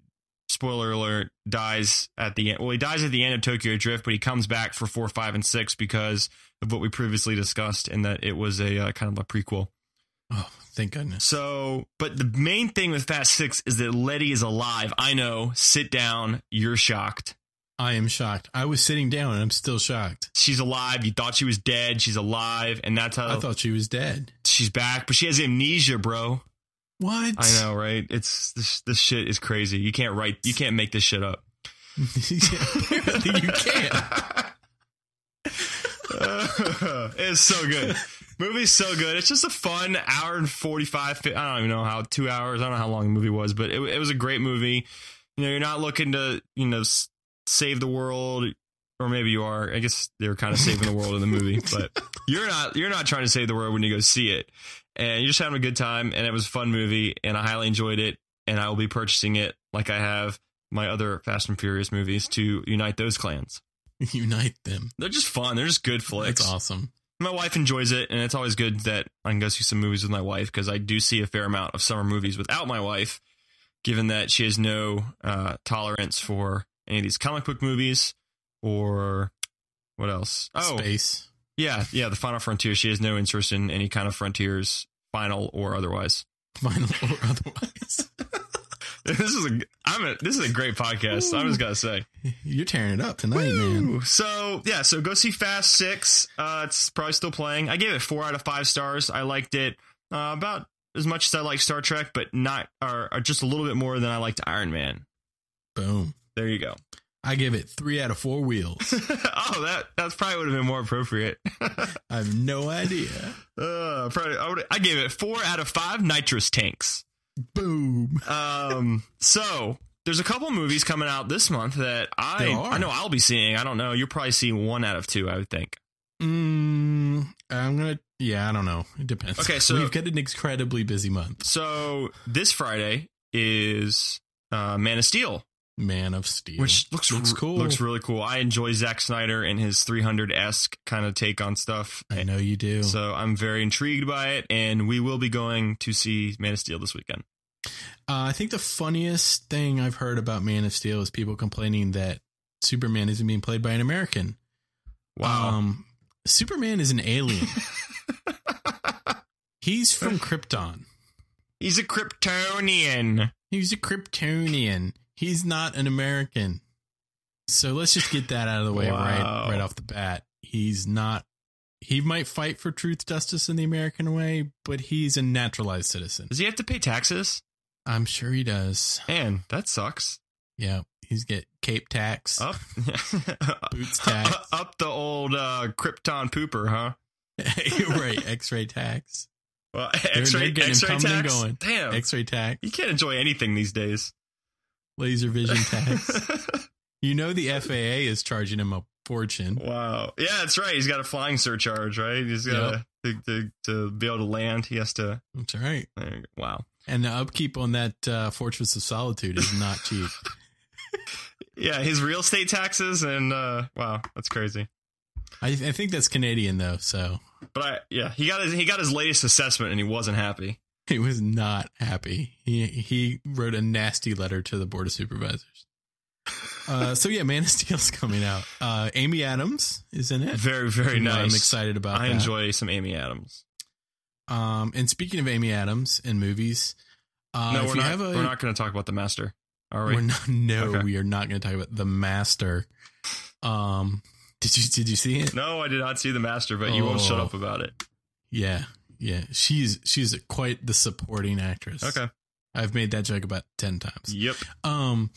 spoiler alert, dies at the end. Well, he dies at the end of Tokyo Drift, but he comes back for 4, 5 and 6 because of what we previously discussed and that it was a uh, kind of a prequel.
Oh, thank goodness.
So, but the main thing with Fast 6 is that Letty is alive. I know, sit down, you're shocked.
I am shocked. I was sitting down and I'm still shocked.
She's alive. You thought she was dead. She's alive, and that's how
I thought she was dead.
she's back, but she has amnesia, bro.
What?
I know, right? It's this this shit is crazy. You can't write, you can't make this shit up.
Yeah, apparently you can't.
it's so good. Movie's so good. It's just a fun hour and 45. fi- I don't even know how, two hours. I don't know how long the movie was, but it, it was a great movie. You know, you're not looking to, you know, s- save the world, or maybe you are. I guess they're kind of saving the world in the movie, but you're not, you're not trying to save the world when you go see it. And you're just having a good time. And it was a fun movie, and I highly enjoyed it. And I will be purchasing it like I have my other Fast and Furious movies to unite those clans.
Unite them.
They're just fun. They're just good flicks.
That's awesome.
My wife enjoys it, and it's always good that I can go see some movies with my wife because I do see a fair amount of summer movies without my wife, given that she has no uh, tolerance for any of these comic book movies or what else? Oh,
Space.
yeah, yeah, the Final Frontier. She has no interest in any kind of frontiers, final or otherwise.
Final or otherwise.
This is a I'm a this is a great podcast. I was gotta say.
You're tearing it up tonight, man.
Woo! So yeah, so go see Fast Six. Uh, it's probably still playing. I gave it four out of five stars. I liked it uh, about as much as I like Star Trek, but not or, or just a little bit more than I liked Iron Man.
Boom.
There you go.
I give it three out of four wheels.
oh, that that probably would have been more appropriate.
I have no idea.
uh, probably, I, would, I gave it four out of five nitrous tanks.
Boom.
Um, so there's a couple movies coming out this month that I
There are.
I know I'll be seeing. I don't know. You'll probably see one out of two. I would think.
Mm, I'm gonna Yeah, I don't know. It depends.
Okay, so-
we've got an incredibly busy month.
So this Friday is uh, Man of Steel,
Man of Steel,
which looks
looks
r-
cool.
Looks really cool. I enjoy Zack Snyder and his 300 esque kind of take on stuff.
I know you do.
So I'm very intrigued by it, and we will be going to see Man of Steel this weekend.
Uh, I think the funniest thing I've heard about Man of Steel is people complaining that Superman isn't being played by an American.
Wow.
Um, Superman is an alien. He's from Krypton.
He's a Kryptonian.
He's a Kryptonian. He's not an American. So let's just get that out of the way right
Wow.
right off the bat. He's not he might fight for truth, justice in the American way, but he's a naturalized citizen.
Does he have to pay taxes?
I'm sure he does.
Man, that sucks.
Yeah. He's get cape tax.
Up,
Boots tax.
up the old uh, Krypton pooper, huh?
right, X-ray tax,
Well,
they're
X-ray,
getting him
X-ray
coming and
tax.
going.
Damn,
X-ray tax,
you can't enjoy anything these days.
laser vision tax. you know the FAA is charging him a fortune.
wow. Yeah, that's right. He's got a flying surcharge, right? He's got to, to to be able to land. He has to.
That's all right.
there you go. Wow.
And the upkeep on that uh, Fortress of Solitude is not cheap.
Yeah, his real estate taxes and uh, wow, that's crazy.
I, I think that's Canadian though, so
But I, yeah, he got his he got his latest assessment and he wasn't happy.
he was not happy. He he wrote a nasty letter to the board of supervisors. Uh, so yeah, Man of Steel's coming out. Uh, Amy Adams is in it.
Very very
You know,
nice.
I'm excited about.
I
that.
enjoy some Amy Adams.
Um, and speaking of Amy Adams and movies, uh,
no,
if
we're
you
not.
have a,
we're not going to talk about the master. All right.
We're not, no,
Okay.
we are not going to talk about the master. Um, did you did you see it?
No, I did not see the master, but you won't
Oh.
shut up about it.
Yeah, yeah. She's she's quite the supporting actress.
Okay.
I've made that joke about ten times.
Yep.
Um,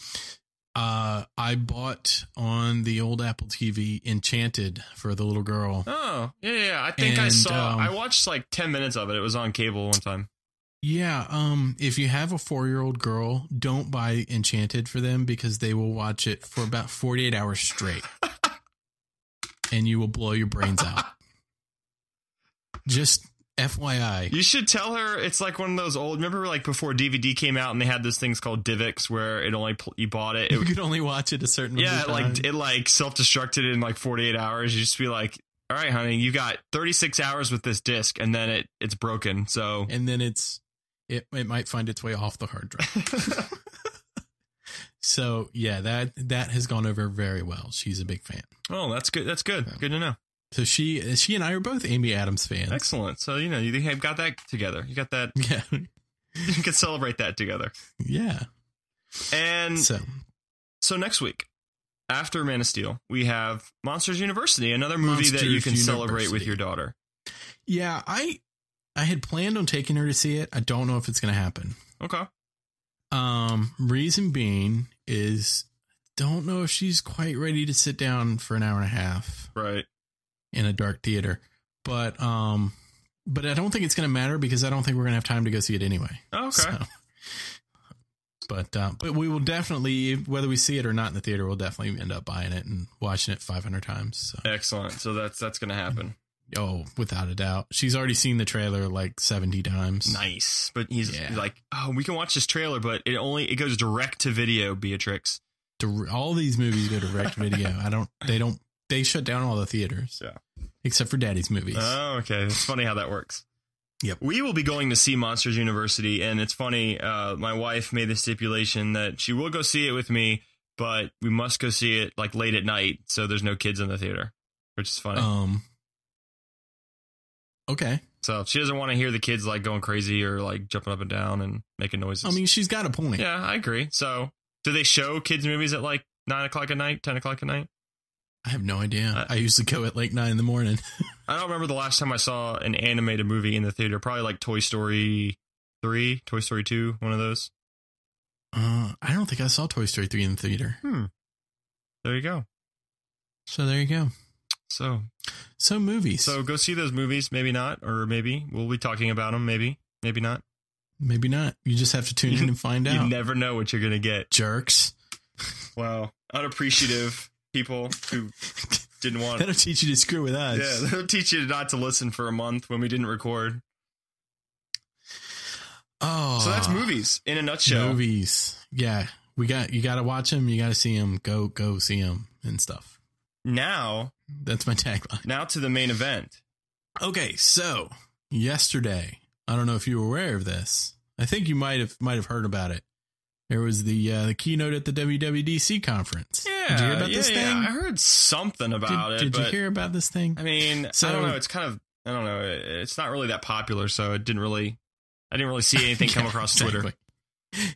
uh, I bought on the old Apple TV Enchanted for the little girl.
Oh, yeah, yeah. I think I
And,
saw.
um,
I watched like ten minutes of it. It was on cable one time.
Yeah. Um, if you have a four year old girl, don't buy Enchanted for them because they will watch it for about forty eight hours straight, and you will blow your brains out. Just FYI.
You should tell her it's like one of those old. Remember, like before DVD came out, and they had those things called DivX, where it only pl- you bought it.
You
it
could only watch it a certain
yeah, it,
number of times.
like it like self destructed in like forty eight hours. You just be like, all right, honey, you got thirty six hours with this disc, and then it it's broken. So
and then it's it it might find its way off the hard drive. So yeah, that that has gone over very well. She's a big fan.
oh, that's good. That's good. Good to know.
So she she and I are both Amy Adams fans.
Excellent. So you know you have got that together. You got that.
Yeah,
You can celebrate that together.
yeah.
And
So
So next week, after Man of Steel, we have Monsters University, another movie that you
Monsters
can celebrate with
University.
your daughter.
yeah, I I had planned on taking her to see it. I don't know if it's going to happen.
Okay.
Um, reason being is don't know if she's quite ready to sit down for an hour and a half
Right.
in a dark theater. But um, but I don't think it's going to matter because I don't think we're going to have time to go see it anyway.
Oh, Okay.
So, but uh, but we will definitely, whether we see it or not in the theater, we'll definitely end up buying it and watching it 500 times. So.
Excellent. So that's that's gonna happen.
Oh, without a doubt, she's already seen the trailer like 70 times.
Nice. But he's
Yeah.
like, oh, we can watch this trailer, but it only it goes direct to video, Beatrix.
Dir- all these movies go direct video. I don't. They don't. They shut down all the theaters.
Yeah.
Except for Daddy's movies.
Oh, okay. It's funny how that works.
Yep.
We will be going to see Monsters University, and it's funny. Uh, my wife made the stipulation that she will go see it with me, but we must go see it like late at night, so there's no kids in the theater, which is funny.
um. Okay.
So she doesn't want to hear the kids like going crazy or like jumping up and down and making noises.
I mean, she's got a point.
yeah, I agree. So do they show kids movies at like nine o'clock at night, ten o'clock at night?
I have no idea.
Uh,
I usually go at like nine in the morning.
I don't remember the last time I saw an animated movie in the theater. Probably like Toy Story three, Toy Story two, one of those.
Uh, I don't think I saw Toy Story three in the theater.
There you go.
So there you go.
So
So movies.
so go see those movies. Maybe not, or maybe we'll be talking about them. Maybe maybe not.
maybe not. You just have to tune in and find
You
out.
never know what you're gonna get.
Jerks.
Wow, unappreciative people who didn't want.
That'll teach you to screw with us.
Yeah, they'll teach you not to listen for a month when we didn't record.
Oh,
So that's movies in a nutshell.
Movies. Yeah, we got you. Got to watch them. You got to see them. Go, go see them and stuff.
Now,
That's my tagline.
now to the main event.
Okay, so yesterday, I don't know if you were aware of this. I think you might have might have heard about it. There was the uh, the keynote at the WWDC conference. did you hear about
yeah,
this
yeah,
thing?
I heard something about
did
it.
did
but
you hear about this thing?
I mean, I
So-
don't know. It's kind of I don't know. it- It's not really that popular, so it didn't really. I didn't really see anything come
Yeah,
across Twitter.
exactly.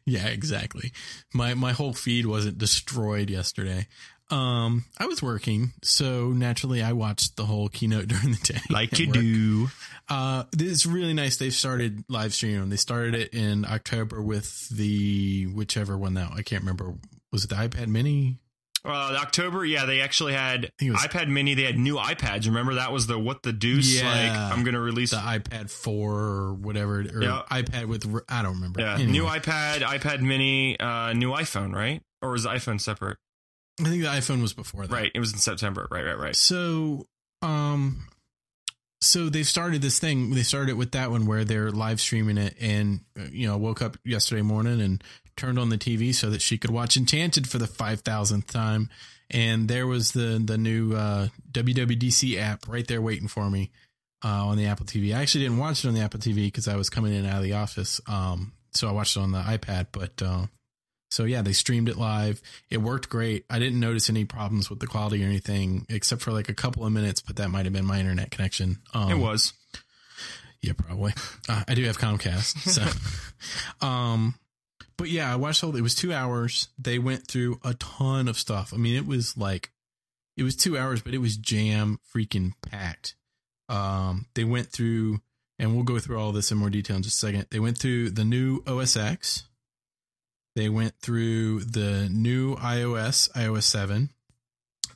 Yeah, exactly. My my whole feed wasn't destroyed yesterday. Um, I was working, so naturally I watched the whole keynote during the day. at work.
do.
Uh, this is really nice. They've started live streaming. They started it in October with the whichever one now. I can't remember. Was it the iPad Mini?
Uh, October, yeah, they actually had
think it was-
iPad Mini. They had new iPads. Remember that was the what the deuce?
Yeah.
Like I'm gonna release
The iPad Four or whatever, or
Yeah.
iPad with r- I don't remember.
yeah
Anyway,
new iPad, iPad Mini, uh, new iPhone, right? Or was the iPhone separate?
I think the iPhone was before that.
Right, it was in September. Right, right, right.
So, um, so they've started this thing. They started with that one where they're live streaming it, and uh, you know, I woke up yesterday morning and turned on the TV so that she could watch Enchanted for the five thousandth time, and there was the the new uh, WWDC app right there waiting for me uh, on the Apple TV. I actually didn't watch it on the Apple TV because I was coming in and out of the office, um, so I watched it on the iPad, but. Uh, so yeah, they streamed it live. It worked great. I didn't notice any problems with the quality or anything, except for like a couple of minutes. But that might have been my internet connection. Um,
it was.
yeah, probably. Uh, I do have Comcast, so. um, but yeah, I watched the whole. It was two hours. They went through a ton of stuff. I mean, it was like, it was two hours, but it was jam freaking packed. Um, they went through, and we'll go through all this in more detail in just a second. They went through the new OS X. They went through the new iOS, iOS seven.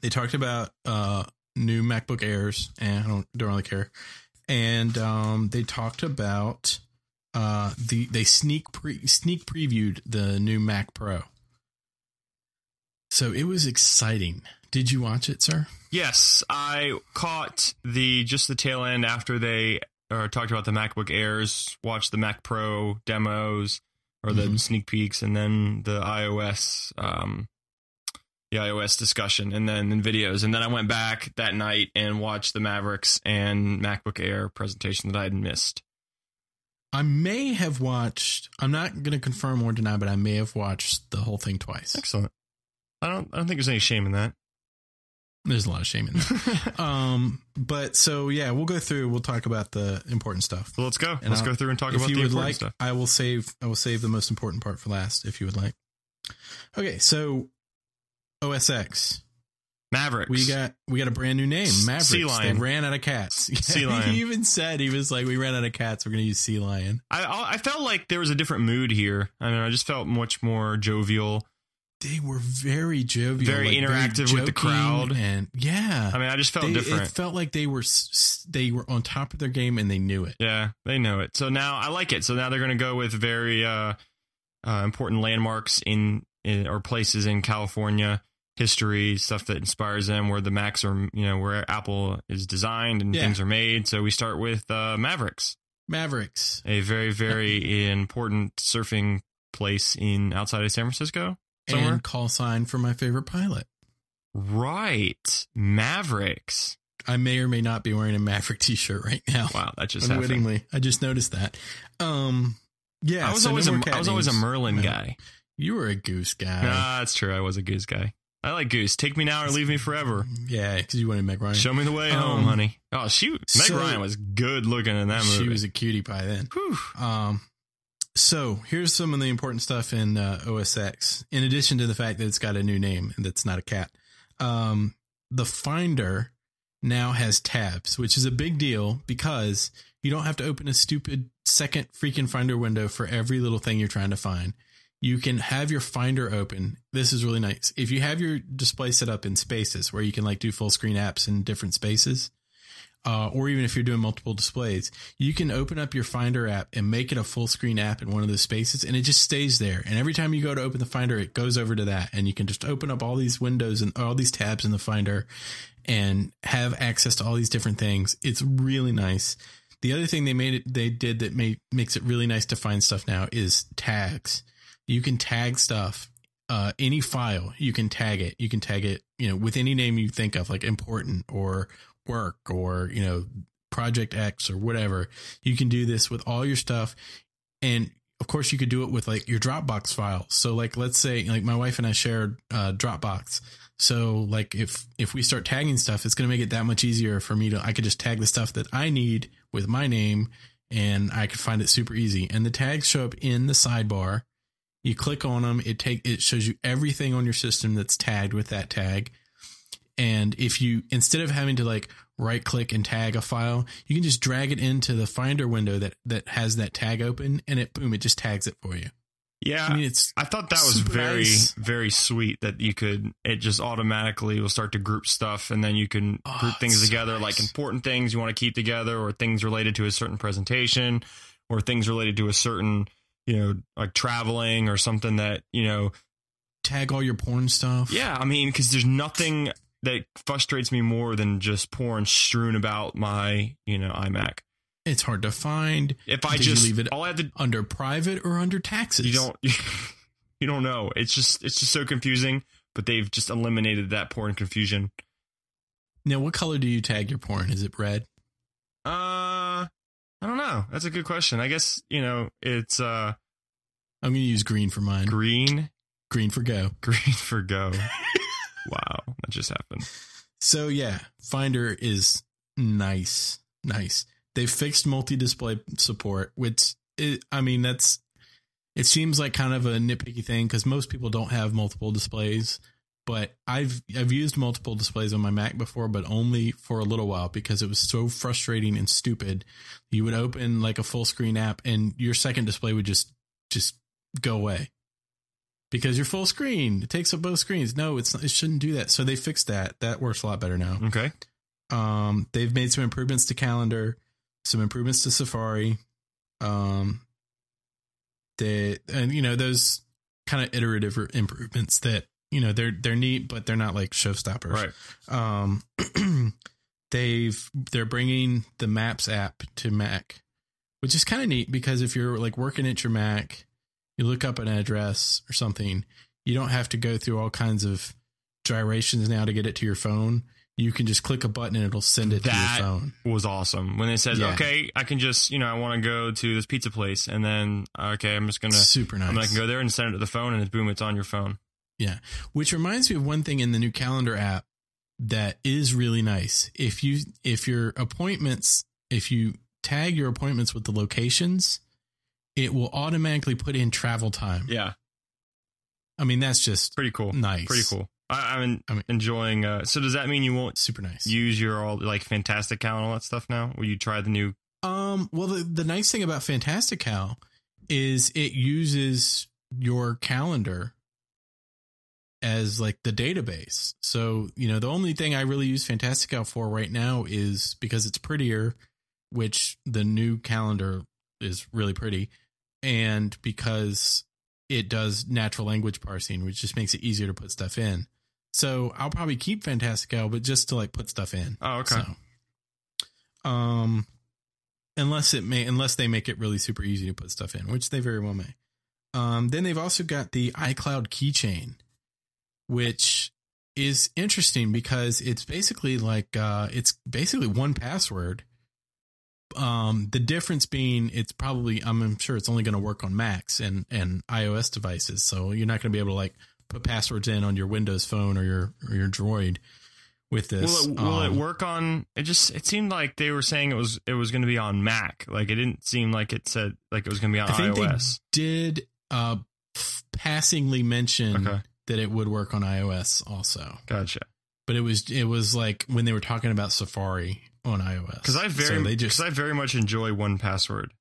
They talked about uh new MacBook Airs, and I don't don't really care and um, they talked about uh, the they sneak pre- sneak previewed the new Mac Pro. So it was exciting. Did you watch it, sir?
Yes, I caught the just the tail end after they uh, talked about the MacBook Airs, watched the Mac Pro demos or the
Mhm.
sneak peeks, and then the iOS, um, the iOS discussion, and then the videos, and then I went back that night and watched the Mavericks and MacBook Air presentation that I had missed.
I may have watched. I'm not going to confirm or deny, but I may have watched the whole thing twice.
Excellent. I don't. I don't think there's any shame in that.
There's a lot of shame in that.
so
um, but so yeah, we'll go through. We'll talk about the important stuff.
let's go.
And
let's
I'll-
go through and talk
if
about the
you would
important
like,
stuff.
I will save. I will save the most important part for last, if you would like. Okay, so OS X.
Mavericks.
We got we got a brand new name,
S-
Mavericks.
Sea Lion.
They ran out of cats.
Sea Lion.
he even said he was like, "We ran out of cats. We're gonna use Sea Lion."
I- I I felt like there was a different mood here. I mean, I just felt much more jovial.
They were very jovial,
Very
like,
interactive with the
joking
crowd.
and yeah,
I mean, I just felt
they,
different.
it felt like they were s- s- they were on top of their game and they knew it.
yeah, they know it. So now I like it. So now they're going to go with very uh, uh, important landmarks in, in or places in California history, stuff that inspires them, where the Macs are, you know, where Apple is designed and
Yeah.
things are made. So we start with uh, Mavericks,
Mavericks.
a very very important surfing place in outside of San Francisco. Somewhere?
And call sign for my favorite pilot.
Right, Mavericks.
I may or may not be wearing a Maverick t-shirt right now.
Wow, that just happened.
Unwittingly, I just noticed that. Um, yeah,
I was
so no
always
more
a,
cat
I was always a
names.
Merlin
No.
guy.
You were a goose guy.
Nah, that's true. I was a Goose guy. I like Goose. Take me now or leave me forever.
Yeah, because you wanted Meg Ryan.
Show me the way home,
Um,
honey. Oh, she Meg
so-
Ryan was good looking in that movie.
She was a cutie pie then.
Whew.
Um, so here's some of the important stuff in uh, OS X. In addition to the fact that it's got a new name and that's not a cat, um, the Finder now has tabs, which is a big deal because you don't have to open a stupid second freaking Finder window for every little thing you're trying to find. You can have your Finder open. This is really nice. If you have your display set up in spaces where you can like do full screen apps in different spaces, uh, or even if you're doing multiple displays, you can open up your Finder app and make it a full screen app in one of those spaces, and it just stays there. And every time you go to open the Finder, it goes over to that, and you can just open up all these windows and all these tabs in the Finder, and have access to all these different things. It's really nice. The other thing they made it, they did that made, makes it really nice to find stuff now is tags. You can tag stuff, uh, any file. You can tag it. You can tag it, you know, with any name you think of, like important or work or you know project X or whatever. You can do this with all your stuff, and of course you could do it with like your Dropbox files. So like let's say like my wife and I shared uh, Dropbox. So like if if we start tagging stuff, it's going to make it that much easier for me to I could just tag the stuff that I need with my name and I could find it super easy. And the tags show up in the sidebar. You click on them, it take it shows you everything on your system that's tagged with that tag. And if you instead of having to like right click and tag a file, you can just drag it into the finder window that that has that tag open and it boom, it just tags it for you.
Yeah.
I mean, it's
I thought that was
Super
very,
nice.
very sweet that you could, it just automatically will start to group stuff and then you can
Oh,
group
it's
things
so
together,
nice.
like important things you want to keep together or things related to a certain presentation or things related to a certain, you know, like traveling or something that, you know,
tag all your porn stuff.
yeah, I mean, because there's nothing that frustrates me more than just porn strewn about my, you know, iMac.
It's hard to find
If I
Did you
just,
leave it-
all I have to
under private or under taxes.
you don't you don't know it's just it's just so confusing but they've just eliminated that porn confusion
Now, what color do you tag your porn? Is it red?
uh i don't know that's a good question i guess you know it's uh
I'm going to use green for mine.
green
Green for go.
green for go wow that just happened
So yeah, Finder is nice, nice. They fixed multi-display support, which i I mean that's it seems like kind of a nitpicky thing because most people don't have multiple displays. But I've I've used multiple displays on my Mac before, but only for a little while because it was so frustrating and stupid. You would open like a full screen app, and your second display would just just go away because you're full screen. It takes up both screens. No, it's it shouldn't do that. So they fixed that. That works a lot better now.
okay
Um, they've made some improvements to calendar, some improvements to Safari. Um, they and you know those kind of iterative improvements that you know they're they're neat, but they're not like showstoppers.
right
Um, they've they're bringing the Maps app to Mac, which is kind of neat because if you're like working at your Mac, you look up an address or something, you don't have to go through all kinds of gyrations now to get it to your phone. You can just click a button and it'll send it
That-
to your phone.
was awesome when it says
Yeah.
okay i can just you know i want to go to this pizza place and then okay i'm just gonna
Super nice.
i'm gonna go there and send it to the phone and it's boom it's on your phone
which reminds me of one thing in the new calendar app that is really nice if you if your appointments if you tag your appointments with the locations it will automatically put in travel time
yeah
i mean that's just
pretty cool
nice
pretty cool I, i'm
I mean-
enjoying uh so does that mean you won't
super nice
use your all like fantastic count and all that stuff now? Will you try the new?
um well the, the nice thing about fantastic Cal is it uses your calendar as like the database. So, you know, the only thing I really use Fantastica for right now is because it's prettier, which the new calendar is really pretty, and because it does natural language parsing, which just makes it easier to put stuff in. So I'll probably keep Fantastica, but just to like put stuff in.
Oh, okay.
So, um, unless it may, unless they make it really super easy to put stuff in, which they very well may. Um, then they've also got the iCloud keychain, which is interesting because it's basically like uh, it's basically one password. Um, the difference being it's probably I'm sure it's only going to work on Macs and and iOS devices, so you're not going to be able to like put passwords in on your Windows phone or your or your Droid with this.
Will it, will
Um,
it work on? It just it seemed like they were saying it was it was going to be on Mac. Like it didn't seem like it said like it was going to be on
I think they
iOS.
did uh, passingly mention
Okay.
that it would work on iOS also.
Gotcha.
but it was it was like when they were talking about Safari on iOS.
Because I very
so
because
they just
I very much enjoy one password.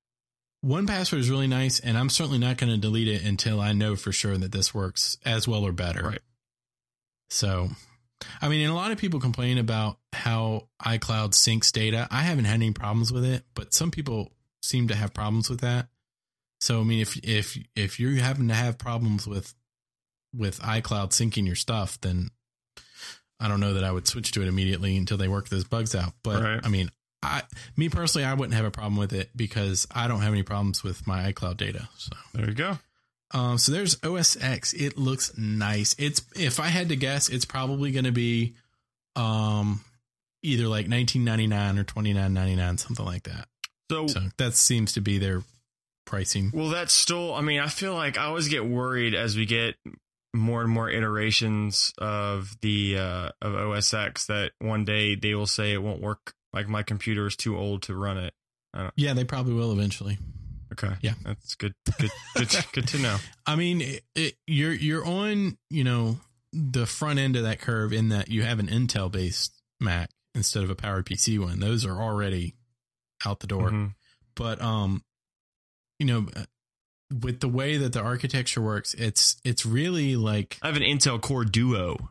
one password is really nice, and I'm certainly not going to delete it until I know for sure that this works as well or better.
Right.
So, I mean, and a lot of people complain about how iCloud syncs data. I haven't had any problems with it, but some people seem to have problems with that. So, I mean, if if if you happen to have problems with with iCloud syncing your stuff, then I don't know that I would switch to it immediately until they work those bugs out. But
Right.
I mean, I me personally, I wouldn't have a problem with it because I don't have any problems with my iCloud data. So.
There you go.
Um, so there's OS X. It looks nice. It's if I had to guess, it's probably going to be, um, either like 19.99 or 29.99, something like that.
So,
So that seems to be their pricing.
well, that's still. I mean, I feel like I always get worried as we get more and more iterations of the uh, of OS X that one day they will say it won't work. Like my computer is too old to run it.
Yeah, they probably will eventually.
Okay.
Yeah.
That's good. Good. Good, good to know.
I mean, it, it, you're you're on you know the front end of that curve in that you have an Intel based Mac instead of a powered PC one. Those are already out the door.
Mhm.
but um you know uh, with the way that the architecture works it's it's really like
I have an Intel Core Duo,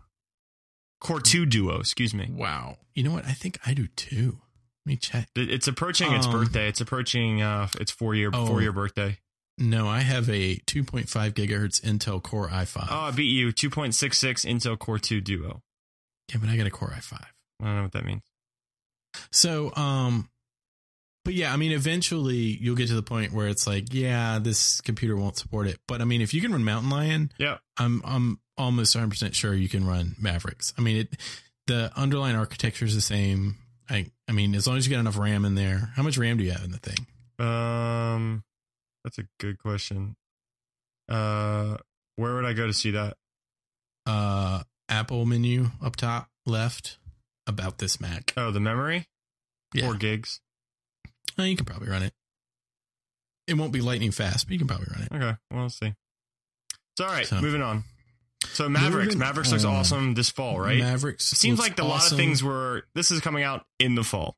Core Two Duo. Excuse me.
wow you know what i think i do too let me check
It- It's approaching its
Um,
birthday. It's approaching uh, its four year
Oh.
four year birthday.
no i have a 2.5 gigahertz intel core i5
Oh, I beat you. Two point six six Intel Core Two Duo.
yeah but i got a core i5
I don't know what that means.
so um but yeah i mean eventually you'll get to the point where it's like yeah this computer won't support it but i mean if you can run mountain lion
Yeah.
i'm i'm almost 100% sure you can run mavericks i mean it the underlying architecture is the same i i mean as long as you got enough ram in there how much ram do you have in the thing
Um, that's a good question. Uh, where would I go to see that?
uh apple menu up top left about this mac
Oh, the memory.
Yeah.
Four gigs.
oh, you can probably run it it won't be lightning fast but you can probably run it
Okay, well, we'll see. It's all right.
So-
moving on. So Mavericks,
Moving
Mavericks looks
on.
awesome this fall, right?
mavericks
Seems
looks
like a lot of
awesome.
things were. This is coming out in the fall.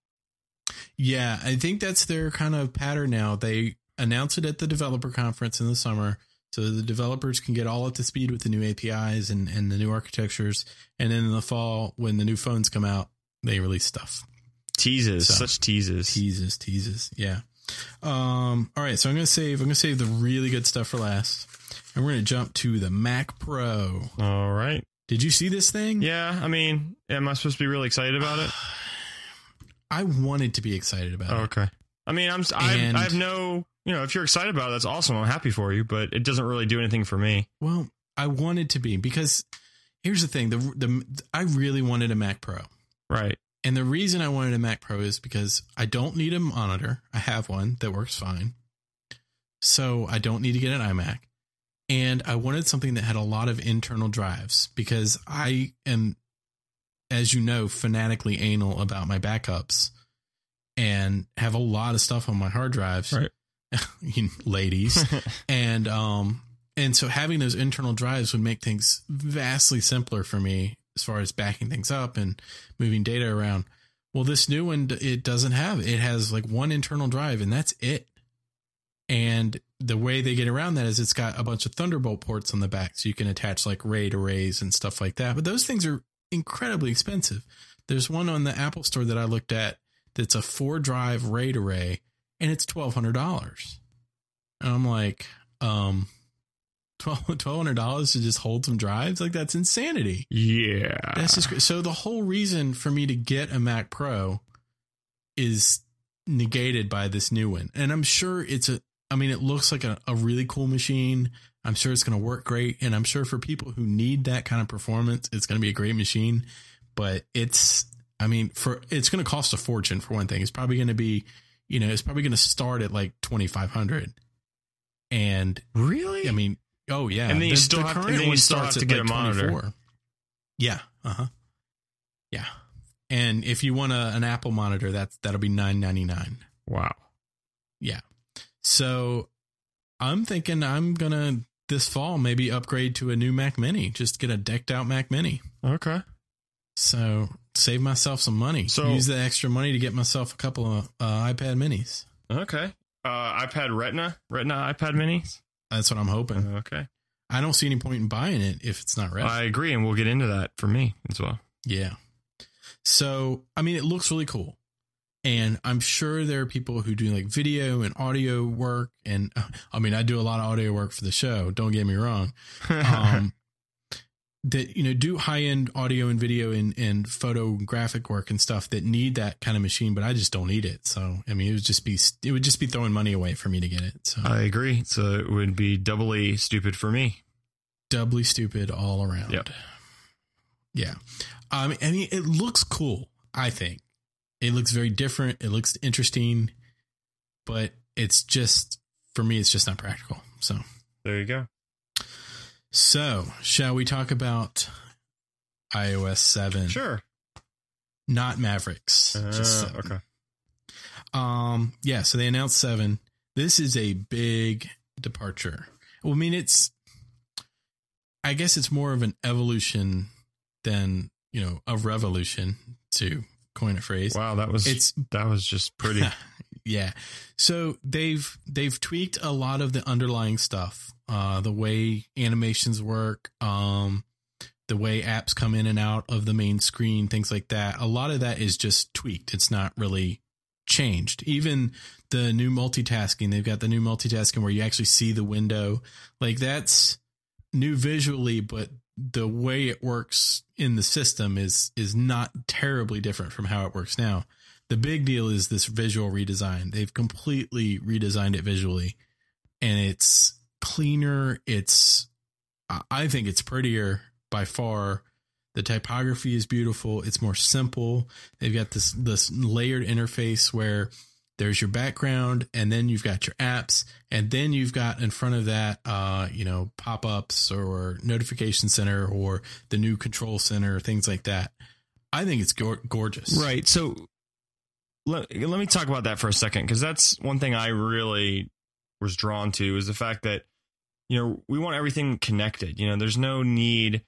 Yeah, I think that's their kind of pattern now. They announce it at the developer conference in the summer so the developers can get all up to speed with the new APIs and, and the new architectures. And then in the fall, when the new phones come out, they release stuff.
Teases,
So-
such teases.
Teases, teases. Yeah. Um, all right, so I'm gonna save I'm gonna save the really good stuff for last. And we're gonna jump to the Mac Pro.
All right.
Did you see this thing?
Yeah, I mean, am I supposed to be really excited about it?
I wanted to be excited about
Oh,
it.
okay. I mean, I'm. I,
Uh, And-
I have no. You know, if you're excited about it, that's awesome. I'm happy for you, but it doesn't really do anything for me.
Well, I wanted to be because here's the thing: the the I really wanted a Mac Pro,
Right.
and the reason I wanted a Mac Pro is because I don't need a monitor. I have one that works fine, so I don't need to get an iMac. And I wanted something that had a lot of internal drives because I am, as you know, fanatically anal about my backups, and have a lot of stuff on my hard drives.
Right.
ladies and um and so having those internal drives would make things vastly simpler for me as far as backing things up and moving data around well this new one it doesn't have it has like one internal drive and that's it and the way they get around that is it's got a bunch of thunderbolt ports on the back so you can attach like raid arrays and stuff like that but those things are incredibly expensive there's one on the apple store that i looked at that's a four drive raid array and it's $1200 and i'm like um twelve hundred dollars to just hold some drives like that's insanity.
yeah.
That's just cra- so the whole reason for me to get a Mac Pro is negated by this new one, and I'm sure it's a. I mean, it looks like a, a really cool machine. I'm sure it's going to work great, and I'm sure for people who need that kind of performance, it's going to be a great machine. But it's, I mean, for it's going to cost a fortune for one thing. It's probably going to be, you know, it's probably going to start at like twenty five hundred, and
really.
I mean, oh yeah,
And then you still have to-
current
and then you
one
still
starts
have to
at,
get a monitor.
24. Yeah. Uh huh. Yeah. And if you want a, an Apple monitor, that's that'll be nine ninety nine.
wow.
So I'm thinking I'm gonna this fall maybe upgrade to a new Mac Mini. Just get a decked out Mac Mini.
Okay.
So save myself some money.
So-
use the extra money to get myself a couple of uh, iPad Minis.
Okay. Uh, iPad Retina, Retina iPad Minis.
That's what I'm hoping.
Okay.
I don't see any point in buying it if it's not ready.
I agree, and we'll get into that for me as well.
Yeah. So, I mean, it looks really cool. And I'm sure there are people who do like video and audio work. And uh, I mean, I do a lot of audio work for the show. Don't get me wrong. Um, that you know do high end audio and video and and photographic work and stuff that need that kind of machine, but I just don't need it. So I mean, it would just be it would just be throwing money away for me to get it. So
I agree. So it would be doubly stupid for me.
doubly stupid all around.
Yep.
Yeah. Um, I mean, it looks cool. I think it looks very different. It looks interesting, but it's just for me, it's just not practical. So,
There you go.
so shall we talk about iOS seven?
Sure.
Not Mavericks. just
Uh,
seven.
okay.
Um, yeah, so they announced seven. This is a big departure. Well, I mean, it's, I guess it's more of an evolution than, you know, a revolution to coin a phrase.
Wow, that was
It's
that was just pretty.
yeah. So they've they've tweaked a lot of the underlying stuff, uh, the way animations work, um, the way apps come in and out of the main screen, things like that. A lot of that is just tweaked. It's not really changed. Even the new multitasking, they've got the new multitasking where you actually see the window. Like that's new visually, but the way it works in the system is is not terribly different from how it works now the big deal is this visual redesign. They've completely redesigned it visually, and it's cleaner. It's I- I think it's prettier by far. The typography is beautiful. It's more simple. They've got this this layered interface where there's your background, and then you've got your apps, and then you've got in front of that, uh, you know, pop ups or notification center or the new control center, things like that. I think it's gor gorgeous.
right. So let, let me talk about that for a second because that's one thing I really was drawn to is the fact that you know we want everything connected. You know, there's no need.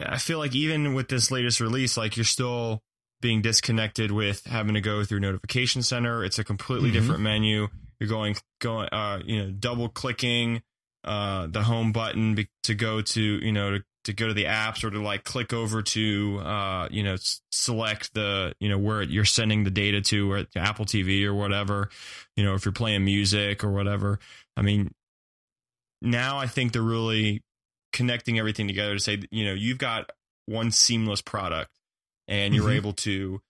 I feel like even with this latest release, like you're still being disconnected with having to go through notification center. It's a completely
Mhm.
different menu. You're going going uh you know double clicking uh the home button be- to go to you know to, to go to the apps or to like click over to uh you know s- select the you know where you're sending the data to or to Apple TV or whatever you know if you're playing music or whatever I mean now I think they're really connecting everything together to say that, you know you've got one seamless product and you're
Mhm.
able to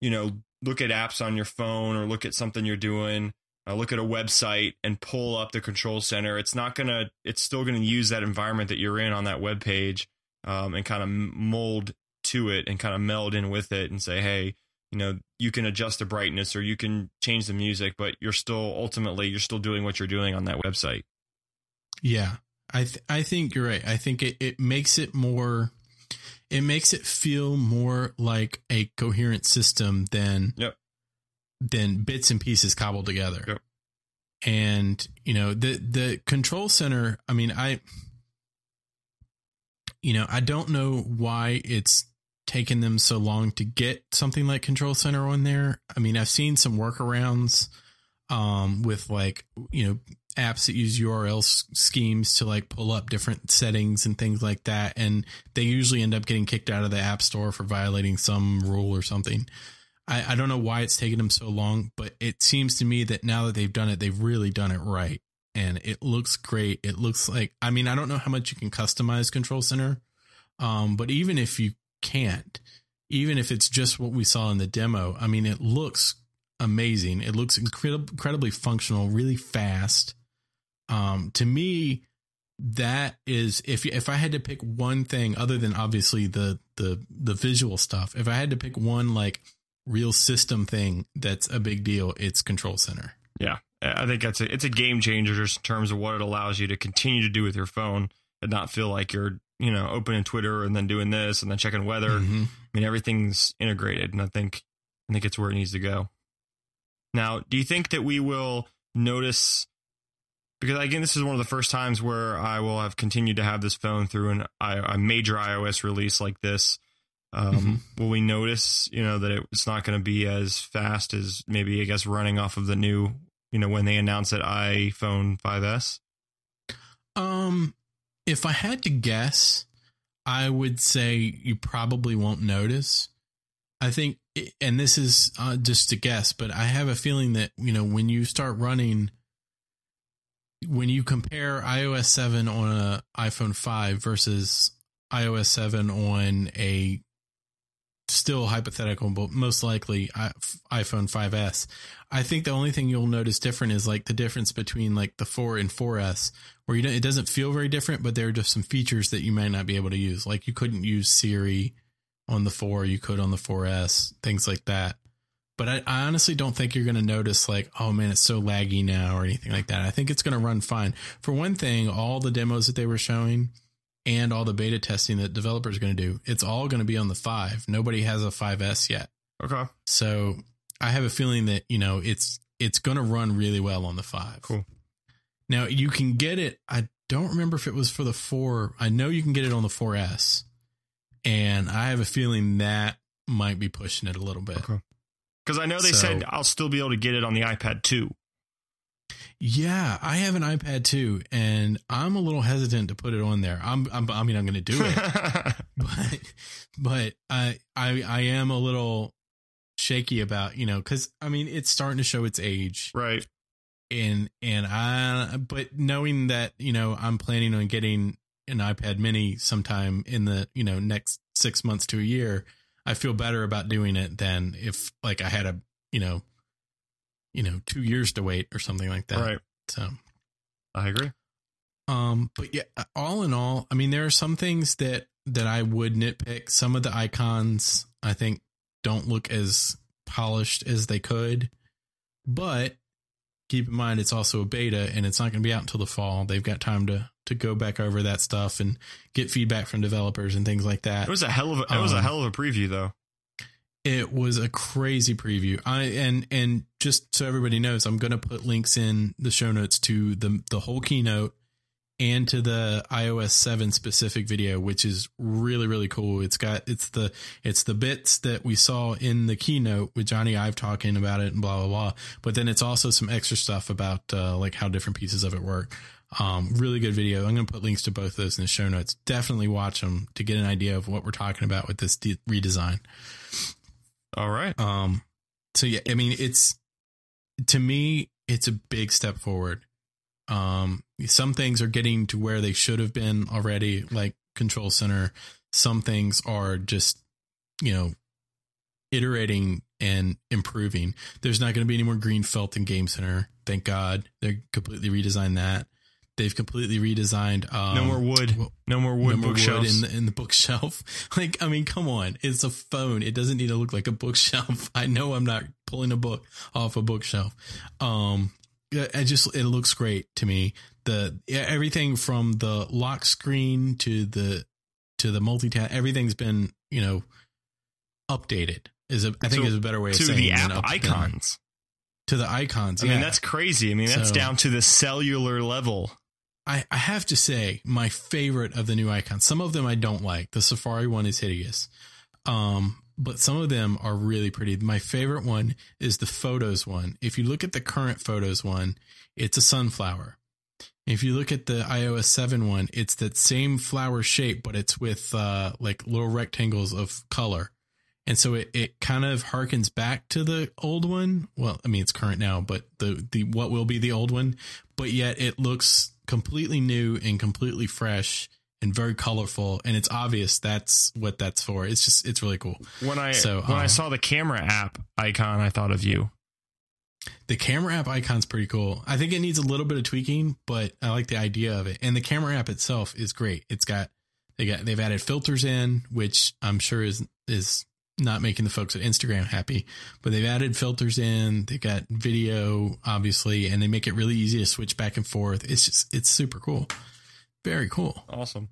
you know look at apps on your phone or look at something you're doing uh, look at a website and pull up the control center it's not gonna it's still gonna use that environment that you're in on that web page um, and kind of mold to it and kind of meld in with it and say hey you know you can adjust the brightness or you can change the music but you're still ultimately you're still doing what you're doing on that website
Yeah. I th- I think you're right. I think it, it makes it more it makes it feel more like a coherent system than
Yep.
than bits and pieces cobbled together.
Yep.
And you know, the the control center, I mean, I you know, I don't know why it's taken them so long to get something like control center on there. I mean, I've seen some workarounds um with like, you know, apps that use URL s- schemes to like pull up different settings and things like that. And they usually end up getting kicked out of the app store for violating some rule or something. I, I don't know why it's taken them so long, but it seems to me that now that they've done it, they've really done it right. And it looks great. It looks like, I mean, I don't know how much you can customize Control Center, um, but even if you can't, even if it's just what we saw in the demo, I mean, it looks amazing. It looks incredib- incredibly functional, really fast. Um, to me, that is if if I had to pick one thing other than obviously the the the visual stuff, if I had to pick one like real system thing that's a big deal, it's Control Center.
I think that's a, it's a game changer just in terms of what it allows you to continue to do with your phone and not feel like you're you know opening Twitter and then doing this and then checking weather.
Mhm.
I mean everything's integrated, and I think I think it's where it needs to go. Now, do you think that we will notice? Because again, this is one of the first times where I will have continued to have this phone through an I- a major iOS release like this. Um,
Mm-hmm.
Will we notice, you know, that it- it's not going to be as fast as maybe I guess running off of the new, you know, when they announce that iPhone 5s?
Um, if I had to guess, I would say you probably won't notice. I think, and this is uh, just a guess, but I have a feeling that you know when you start running, when you compare iOS seven on a iPhone five versus iOS 7 on a still hypothetical, but most likely i- iPhone 5S. I think the only thing you'll notice different is like the difference between like the 4 and 4S, where you don't, it doesn't feel very different, but there are just some features that you might not be able to use. Like you couldn't use Siri on the 4, you could on the 4S, things like that. But I, I honestly don't think you're going to notice like, oh man, it's so laggy now or anything like that. I think it's going to run fine. For one thing, all the demos that they were showing, and all the beta testing that developers are going to do, it's all going to be on the five. Nobody has a 5S yet.
Okay.
So I have a feeling that, you know, it's it's going to run really well on the 5.
Cool.
Now you can get it I don't remember if it was for the 4. I know you can get it on the 4S. And I have a feeling that might be pushing it a little bit.
Okay. Because I know they
So-
said I'll still be able to get it on the iPad too.
Yeah, I have an iPad too and I'm a little hesitant to put it on there. I'm, I'm I mean I'm going to do it. but but I I I am a little shaky about you know because I mean it's starting to show its age
right.
and and I but knowing that you know I'm planning on getting an iPad Mini sometime in the you know next six months to a year, I feel better about doing it than if like I had a you know you know two years to wait or something like that.
Right.
So.
I agree.
Um, but yeah, all in all, I mean, there are some things that that I would nitpick. Some of the icons I think don't look as polished as they could, but keep in mind it's also a beta and it's not going to be out until the fall. They've got time to to go back over that stuff and get feedback from developers and things like that.
It was a hell of a, it was a
Um,
hell of a preview though.
It was a crazy preview. I and and just so everybody knows, I'm going to put links in the show notes to the the whole keynote and to the iOS 7 specific video, which is really really cool. It's got it's the it's the bits that we saw in the keynote with Johnny Ive talking about it and blah blah blah. But then it's also some extra stuff about uh, like how different pieces of it work. Um, really good video. I'm going to put links to both those in the show notes. Definitely watch them to get an idea of what we're talking about with this de- redesign.
All right.
Um, so yeah, I mean, it's to me, it's a big step forward. Um, some things are getting to where they should have been already, like Control Center. Some things are just, you know, iterating and improving. There's not going to be any more green felt in Game Center. Thank God they completely redesigned that. They've completely redesigned. Um,
no more wood.
well,
no more wood
number wood
bookshelves.
in the, in the bookshelf. Like, I mean, come on, it's a phone. It doesn't need to look like a bookshelf. I know I'm not pulling a book off a bookshelf. Um, yeah, it just it looks great to me. The yeah, everything from the lock screen to the to the multitask, everything's been you know updated. Is a, I think
To-
is a better way of
to
saying
the
it than
app
up- than-
icons.
to the icons.
I
yeah.
mean, that's crazy. I mean, that's
So-
down to the cellular level.
I, I have to say my favorite of the new icons. Some of them I don't like. The Safari one is hideous. Um, but some of them are really pretty. My favorite one is the photos one. If you look at the current photos one, it's a sunflower. If you look at the iOS 7 one, it's that same flower shape, but it's with uh, like little rectangles of color. And so it, it kind of harkens back to the old one. Well, I mean it's current now, but the, the what will be the old one, but yet it looks completely new and completely fresh and very colorful. And it's obvious that's what that's for. It's just it's really cool.
When I
So,
when I
um,
saw the camera app icon, I thought of you.
The camera app icon's pretty cool. I think it needs a little bit of tweaking, but I like the idea of it. And the camera app itself is great. It's got they got they've added filters in, which I'm sure is is not making the folks at Instagram happy. But they've added filters in, they got video, obviously, and they make it really easy to switch back and forth. It's just it's super cool. Very cool.
Awesome.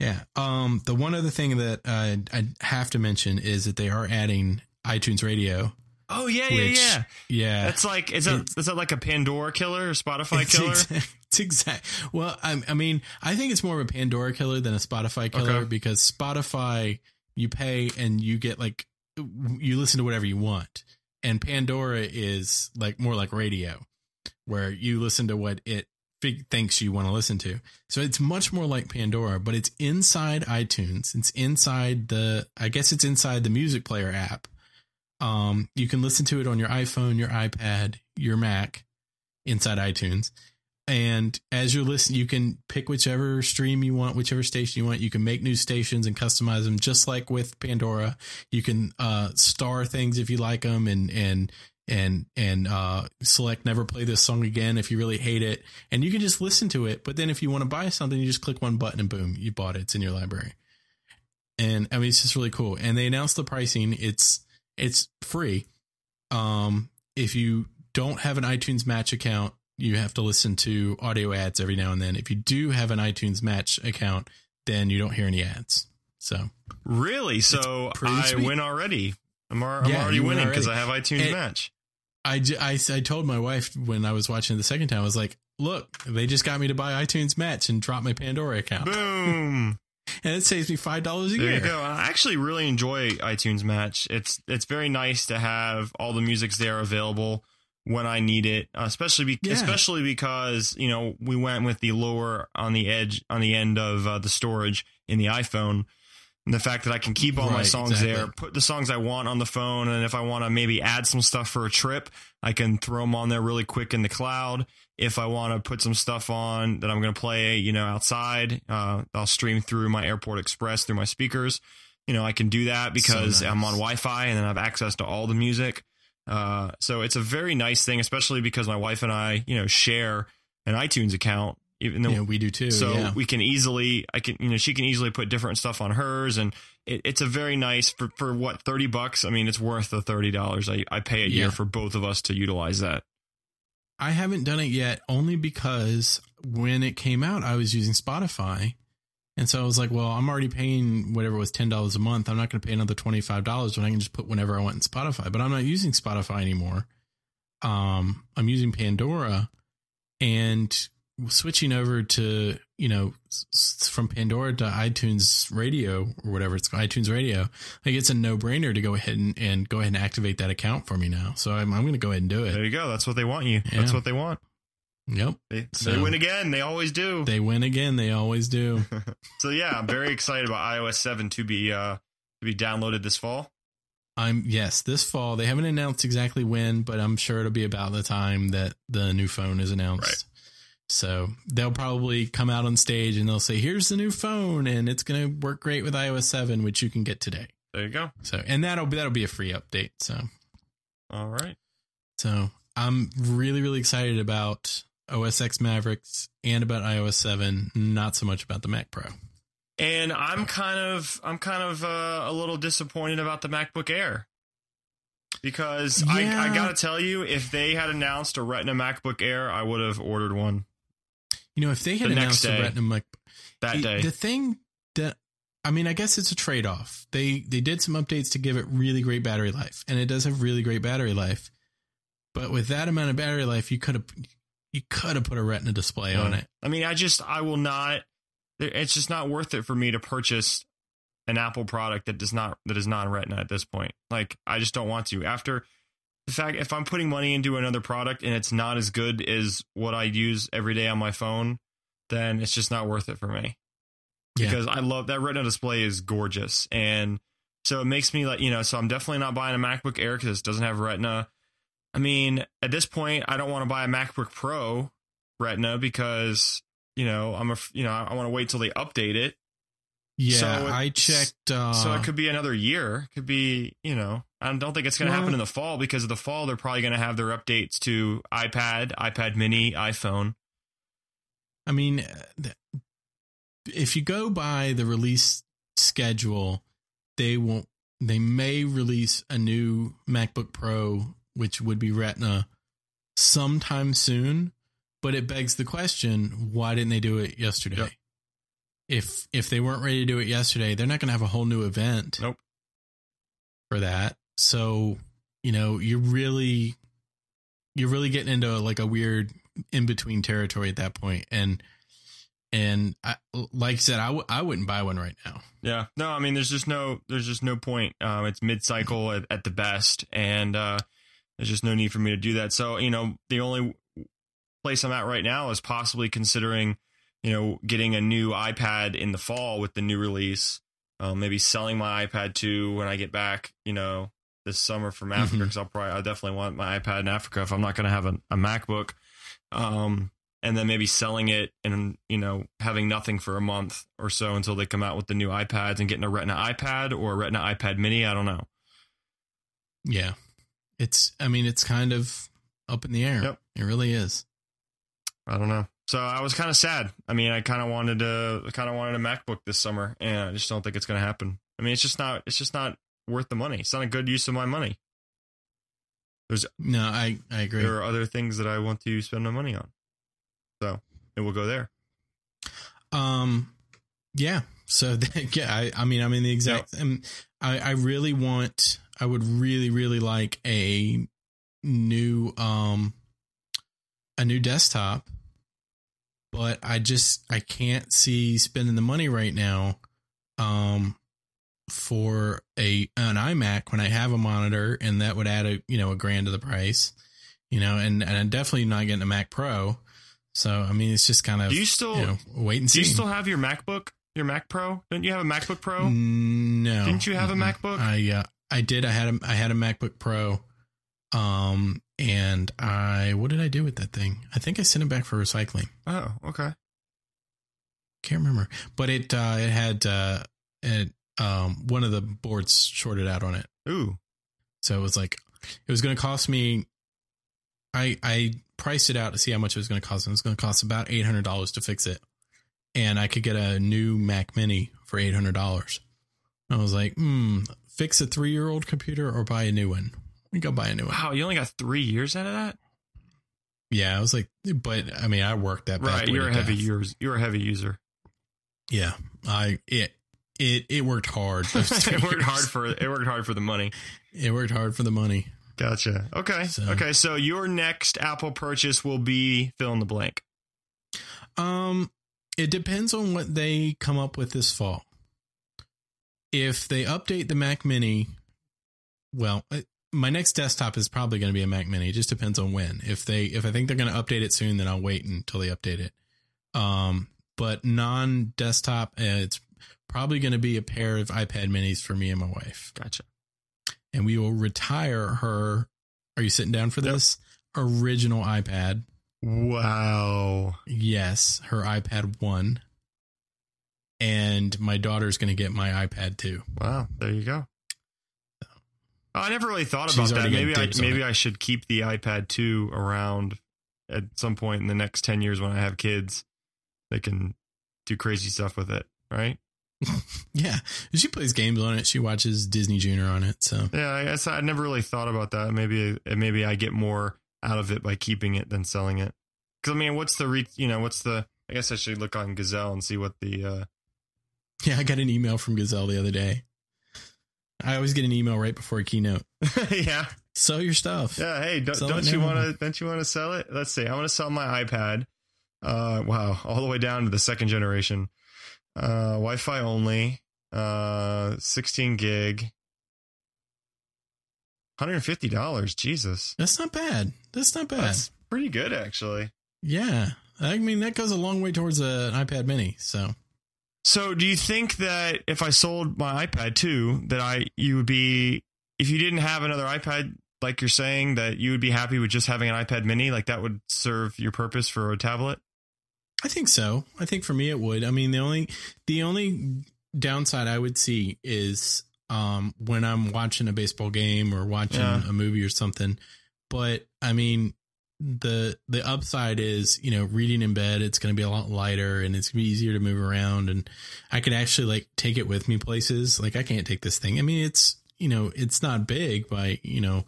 Yeah. Um. The one other thing that uh, I have to mention is that they are adding iTunes Radio.
Oh yeah, yeah,
Which-
yeah.
Yeah.
That's like is that is that like a Pandora killer or Spotify killer?
It's, exa- it's exact. Well, I, I mean, I think it's more of a Pandora killer than a Spotify killer
Okay.
because Spotify, you pay and you get like you listen to whatever you want, and Pandora is like more like radio, where you listen to what it fig- thinks you want to listen to. So it's much more like Pandora, but it's inside iTunes. It's inside the. I guess it's inside the music player app. Um, you can listen to it on your iPhone, your iPad, your Mac, inside iTunes. And as you're listening, you can pick whichever stream you want, whichever station you want. You can make new stations and customize them, just like with Pandora. You can uh, star things if you like them, and and and and uh, select never play this song again if you really hate it. And you can just listen to it. But then if you want to buy something, you just click one button and boom, you bought it. It's in your library. And I mean, it's just really cool. And they announced the pricing. It's it's free. Um, if you don't have an iTunes Match account, you have to listen to audio ads every now and then. If you do have an iTunes Match account, then you don't hear any ads. So
Really? So
pretty
I
sweet.
win already. I'm, ar- I'm
Yeah,
already
you win
winning because I
already.
have iTunes
And-
Match.
I, j- I, I told my wife when I was watching it the second time, I was like, look, they just got me to buy iTunes Match and drop my Pandora account.
Boom.
And it saves me $5 a
There
year.
you go. I actually really enjoy iTunes Match. It's it's very nice to have all the music's there available when I need it, uh, especially be-
Yeah.
especially because you know we went with the lower on the edge on the end of uh, the storage in the iPhone. And the fact that I can keep all my
Right,
songs
exactly.
there, put the songs I want on the phone, and if I want to maybe add some stuff for a trip, I can throw them on there really quick in the cloud. If I want to put some stuff on that I'm going to play, you know, outside, uh, I'll stream through my Airport Express through my speakers. You know, I can do that because
nice.
I'm on Wi-Fi and then I have access to all the music. Uh, so it's a very nice thing, especially because my wife and I, you know, share an iTunes account, even though
Yeah, we do too.
so
yeah.
we can easily, I can, you know, she can easily put different stuff on hers, and it, it's a very nice for for what thirty bucks. I mean, it's worth the thirty dollars I, I pay a
Yeah.
year for both of us to utilize that.
I haven't done it yet only because when it came out, I was using Spotify. And so I was like, well, I'm already paying whatever was $10 a month. I'm not going to pay another $25 when I can just put whenever I want in Spotify. But I'm not using Spotify anymore. Um, I'm using Pandora and switching over to, you know, s- s- from Pandora to iTunes Radio or whatever it's called, iTunes Radio. Like it's a no brainer to go ahead and, and go ahead and activate that account for me now. So I'm, I'm going to go ahead and do it.
There you go. That's what they want you.
Yeah.
That's what they want.
Yep.
They, they
So-
win again. They always do.
They win again. They always do.
so yeah, I'm very excited about iOS seven to be uh to be downloaded this fall.
I'm yes. This fall, they haven't announced exactly when, but I'm sure it'll be about the time that the new phone is announced.
Right.
So they'll probably come out on stage and they'll say, "Here's the new phone, and it's going to work great with iOS 7, which you can get today."
There you go.
So, and that'll be that'll be a free update. So,
All right.
so I'm really really excited about OS X Mavericks and about iOS 7. Not so much about the Mac Pro.
And I'm kind of I'm kind of uh, a little disappointed about the MacBook Air because I, I
Yeah.
gotta tell you, if they had announced a Retina MacBook Air, I would have ordered one
You know, if they had
The next
announced the
day.
Retina Mac
that
the,
day.
the thing that I mean, I guess it's a trade off. They they did some updates to give it really great battery life, and it does have really great battery life. But with that amount of battery life, you could have you could have put a Retina display
Yeah.
on it.
I mean, I just I will not. It's just not worth it for me to purchase an Apple product that does not that is non Retina at this point. Like I just don't want to. After the fact, if I'm putting money into another product and it's not as good as what I use every day on my phone, then it's just not worth it for me.
Yeah.
Because I love that Retina display is gorgeous, and so it makes me like you know. So I'm definitely not buying a MacBook Air because it doesn't have Retina. I mean, at this point, I don't want to buy a MacBook Pro Retina because you know I'm a you know I want to wait till they update it.
Yeah,
So it-
I checked. Uh,
so it could be another year. Could be you know I don't think it's going to
Well-
happen in the fall because of the fall they're probably going to have their updates to iPad, iPad Mini, iPhone.
I mean, uh, th- if you go by the release schedule, they won't. They may release a new MacBook Pro, which would be Retina, sometime soon. But it begs the question: Why didn't they do it yesterday?
Yep.
If if they weren't ready to do it yesterday, they're not going to have a whole new event.
Nope.
For that, so you know, you're really, you're really getting into like a weird in between territory at that point, and and I, like I said, I w- I wouldn't buy one right now.
Yeah. No, I mean, there's just no, there's just no point. Um, it's mid-cycle at, at the best, and uh, there's just no need for me to do that. So, you know, the only place I'm at right now is possibly considering, you know, getting a new iPad in the fall with the new release. Um, maybe selling my iPad 2 when I get back, you know, this summer from Africa
Mhm.
because I'll probably, I definitely want my iPad in Africa if I'm not going to have a, a MacBook. Um, and then maybe selling it and you know having nothing for a month or so until they come out with the new iPads and getting a Retina iPad or a Retina iPad Mini. I don't know.
Yeah. It's I mean it's kind of up in the air.
Yep.
It really is.
I don't know. So I was kind of sad. I mean, I kind of wanted to, kind of wanted a MacBook this summer, and I just don't think it's going to happen. I mean, it's just not, it's just not worth the money. It's not a good use of my money.
No, I I agree.
There are other things that I want to spend my money on, so it will go there.
Um, yeah. So yeah, I, I mean, I'm in the exact. Um, I I really want. I would really really like a new um a new desktop, but I just I can't see spending the money right now, um, for a an iMac when I have a monitor and that would add a you know a grand to the price, you know, and and I'm definitely not getting a Mac Pro. So I mean, it's just kind of
Do you still,
you know, wait and
do
see.
you still have your MacBook, your Mac Pro? Don't you have a MacBook Pro?
No,
Didn't you have a
Mm-mm.
MacBook?
I uh, I did. I had a I had a MacBook Pro, um, and I what did I do with that thing? I think I sent it back for recycling.
Oh, okay.
Can't remember, but it uh, it had uh, it um one of the boards shorted out on it,
Ooh,
so it was like it was going to cost me. I I priced it out to see how much it was going to cost, and it was going to cost about eight hundred dollars to fix it, and I could get a new Mac Mini for eight hundred dollars. I was like, hmm, fix a three year old computer or buy a new one. We go buy a new one.
wow! You only got three years out of that,
Yeah, I was like, but I mean, I worked that
right?
backwards
You're a
to
heavy
death.
users. You're a heavy user.
Yeah, I it it it worked hard. those two
it worked
years.
hard for it worked hard for the money.
it worked hard for the money.
Gotcha. Okay.
So-
Okay. So your next Apple purchase will be fill in the blank.
Um, it depends on what they come up with this fall. If they update the Mac Mini, well, uh, my next desktop is probably going to be a Mac Mini. It just depends on when. If they, if I think they're going to update it soon, then I'll wait until they update it. Um, but non-desktop, uh, it's probably going to be a pair of iPad Minis for me and my wife,
Gotcha.
and we will retire her. Are you sitting down for
Yep.
this original iPad?
Wow.
Yes, her iPad 1. And my daughter's going to get my iPad 2.
Wow. There you go. Oh, I never really thought
She's
about that.
already getting
Maybe I
dibs on
maybe
it.
I should keep the iPad 2 around at some point in the next 10 years when I have kids. They can do crazy stuff with it, right?
Yeah. She plays games on it. She watches Disney Junior on it. So,
Yeah, I guess I never really thought about that. Maybe maybe I get more out of it by keeping it than selling it. Because I mean, what's the re- you know what's the? I guess I should look on Gazelle and see what the uh,
yeah, I got an email from Gazelle the other day. I always get an email right before a keynote.
yeah
Sell your stuff.
yeah. Hey, don't,
Sell it
don't you
now.
want to don't you want to sell it? Let's see. I want to sell my iPad. Uh, wow, all the way down to the second generation. Uh, Wi-Fi only. Uh, sixteen gig. Hundred and fifty dollars. Jesus,
That's not bad. That's not bad.
that's pretty good actually.
yeah. I mean, that goes a long way towards a, an iPad mini. So,
So, do you think that if I sold my iPad too, that I you would be if you didn't have another iPad like you're saying that you would be happy with just having an iPad Mini, like that would serve your purpose for a tablet?
I think so. I think for me it would. I mean, the only the only downside I would see is um when I'm watching a baseball game or watching
Yeah.
a movie or something. But I mean, the the upside is, you know, reading in bed, it's going to be a lot lighter and it's going to be easier to move around and I could actually like take it with me places. Like I can't take this thing. I mean, it's, you know, it's not big by, you know,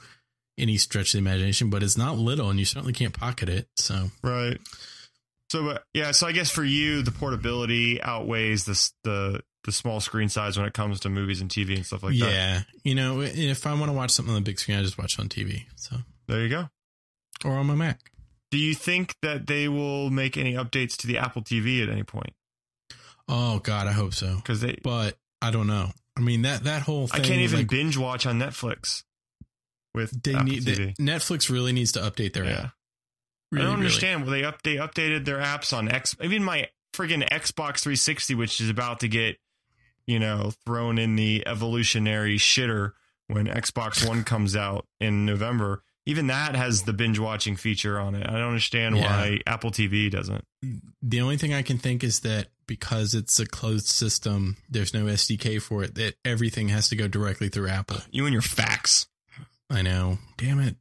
any stretch of the imagination, but it's not little and you certainly can't pocket it. So,
Right. So, uh, yeah. So, I guess for you, the portability outweighs the s- the the small screen size when it comes to movies and TV and stuff like that.
yeah, you know, if I want to watch something on the big screen, I just watch it on TV, so
There you go.
or on my Mac.
Do you think that they will make any updates to the Apple TV at any point?
Oh God, I hope so,
Because they,
but I don't know. I mean that that whole
I
thing.
can't
was
even
like,
binge watch on Netflix with
they
Apple
need
TV.
they- Netflix really needs to update their
yeah.
app. Really,
I don't
really.
understand. Well, they up they updated their apps on X. Even my friggin' Xbox 360, which is about to get you know thrown in the evolutionary shitter when Xbox One comes out in November, even that has the binge watching feature on it. I don't understand
Yeah.
why Apple TV doesn't.
The only thing I can think is that because it's a closed system, there's no SDK for it, that everything has to go directly through Apple.
You and your facts.
I know. Damn it.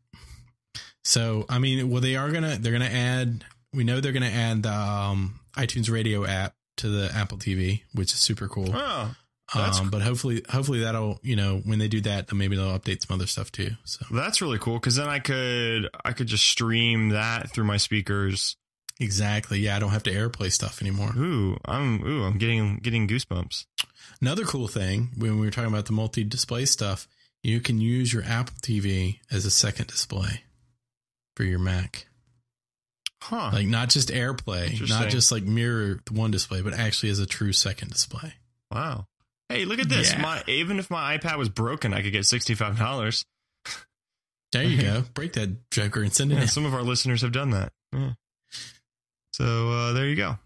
So I mean, well, they are gonna they're gonna add. We know they're gonna add the um, iTunes Radio app to the Apple TV, which is super cool.
Oh, that's
Um, but hopefully, hopefully that'll you know when they do that, then maybe they'll update some other stuff too. So
that's really cool because then I could I could just stream that through my speakers.
exactly, yeah, I don't have to AirPlay stuff anymore.
Ooh, I'm ooh, I'm getting getting goosebumps.
Another cool thing when we were talking about the multi-display stuff, you can use your Apple TV as a second display for your Mac.
Huh.
Like not just AirPlay,
Interesting.
not just like mirror one display, but actually as a true second display.
wow. Hey, look at this.
Yeah.
My even if my iPad was broken, I could get sixty five dollars.
There you go. Break that joker and send it. in.
Some of our listeners have done that. Yeah. So uh, there you go.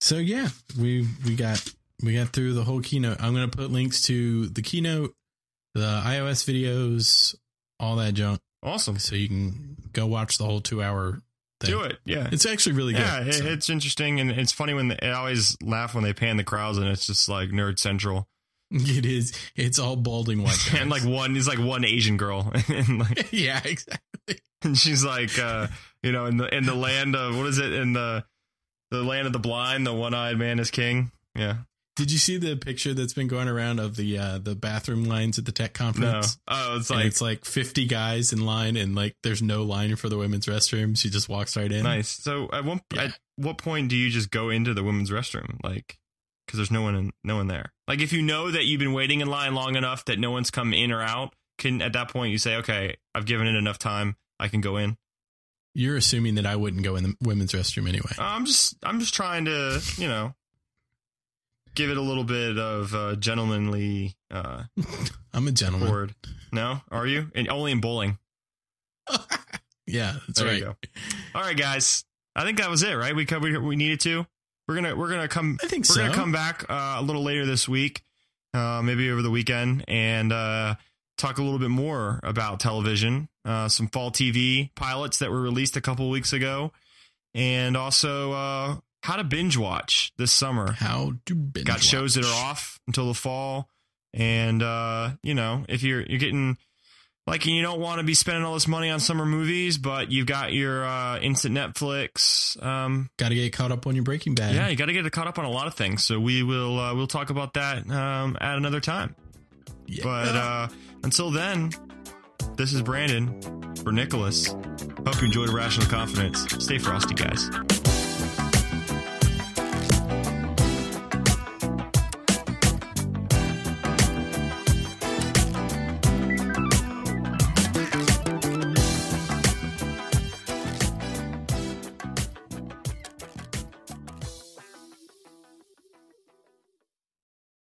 So yeah, we we got we got through the whole keynote. I'm gonna put links to the keynote, the iOS videos, all that junk,
Awesome.
so you can go watch the whole two hour. thing.
Do it. Yeah.
It's actually really
Yeah,
good.
it,
so.
it's interesting and it's funny when the, I always laugh when they pan the crowds and it's just like nerd central
It is. It's all balding white guys.
and like one is like one Asian girl and like
yeah, exactly.
and she's like uh you know in the in the land of what is it in the the land of the blind the one eyed man is king yeah
Did you see the picture that's been going around of the uh, the bathroom lines at the tech
no
conference?
oh it's
And
like
it's like 50 guys in line, and like there's no line for the women's restroom. She just walks right in.
nice so at one
Mm-hmm. Yeah.
at what point do you just go into the women's restroom like because there's no one in, no one there like if you know that you've been waiting in line long enough that no one's come in or out can at that point you say okay I've given it enough time I can go in
You're assuming that I wouldn't go in the women's restroom anyway.
Uh, I'm just I'm just trying to you know give it a little bit of uh, gentlemanly uh,
I'm a gentleman.
word. No, are you? And only in bowling.
yeah, that's
There
right.
you All right, guys. I think that was it, right? We covered we needed to. We're gonna we're gonna come
I think
we're
so.
gonna come back uh, a little later this week, uh, maybe over the weekend, and uh, talk a little bit more about television, uh, some fall TV pilots that were released a couple weeks ago, and also uh, how to binge watch this summer.
How do binge
got shows that
watch?
are off until the fall and uh you know if you're you're getting like you don't want to be spending all this money on summer movies but you've got your uh instant netflix um
Got to get caught up on your Breaking Bad.
yeah you got to get caught up on a lot of things so we will uh, we'll talk about that um at another time
Yeah.
but uh until then this is brandon for nicholas hope you enjoyed rational confidence stay frosty guys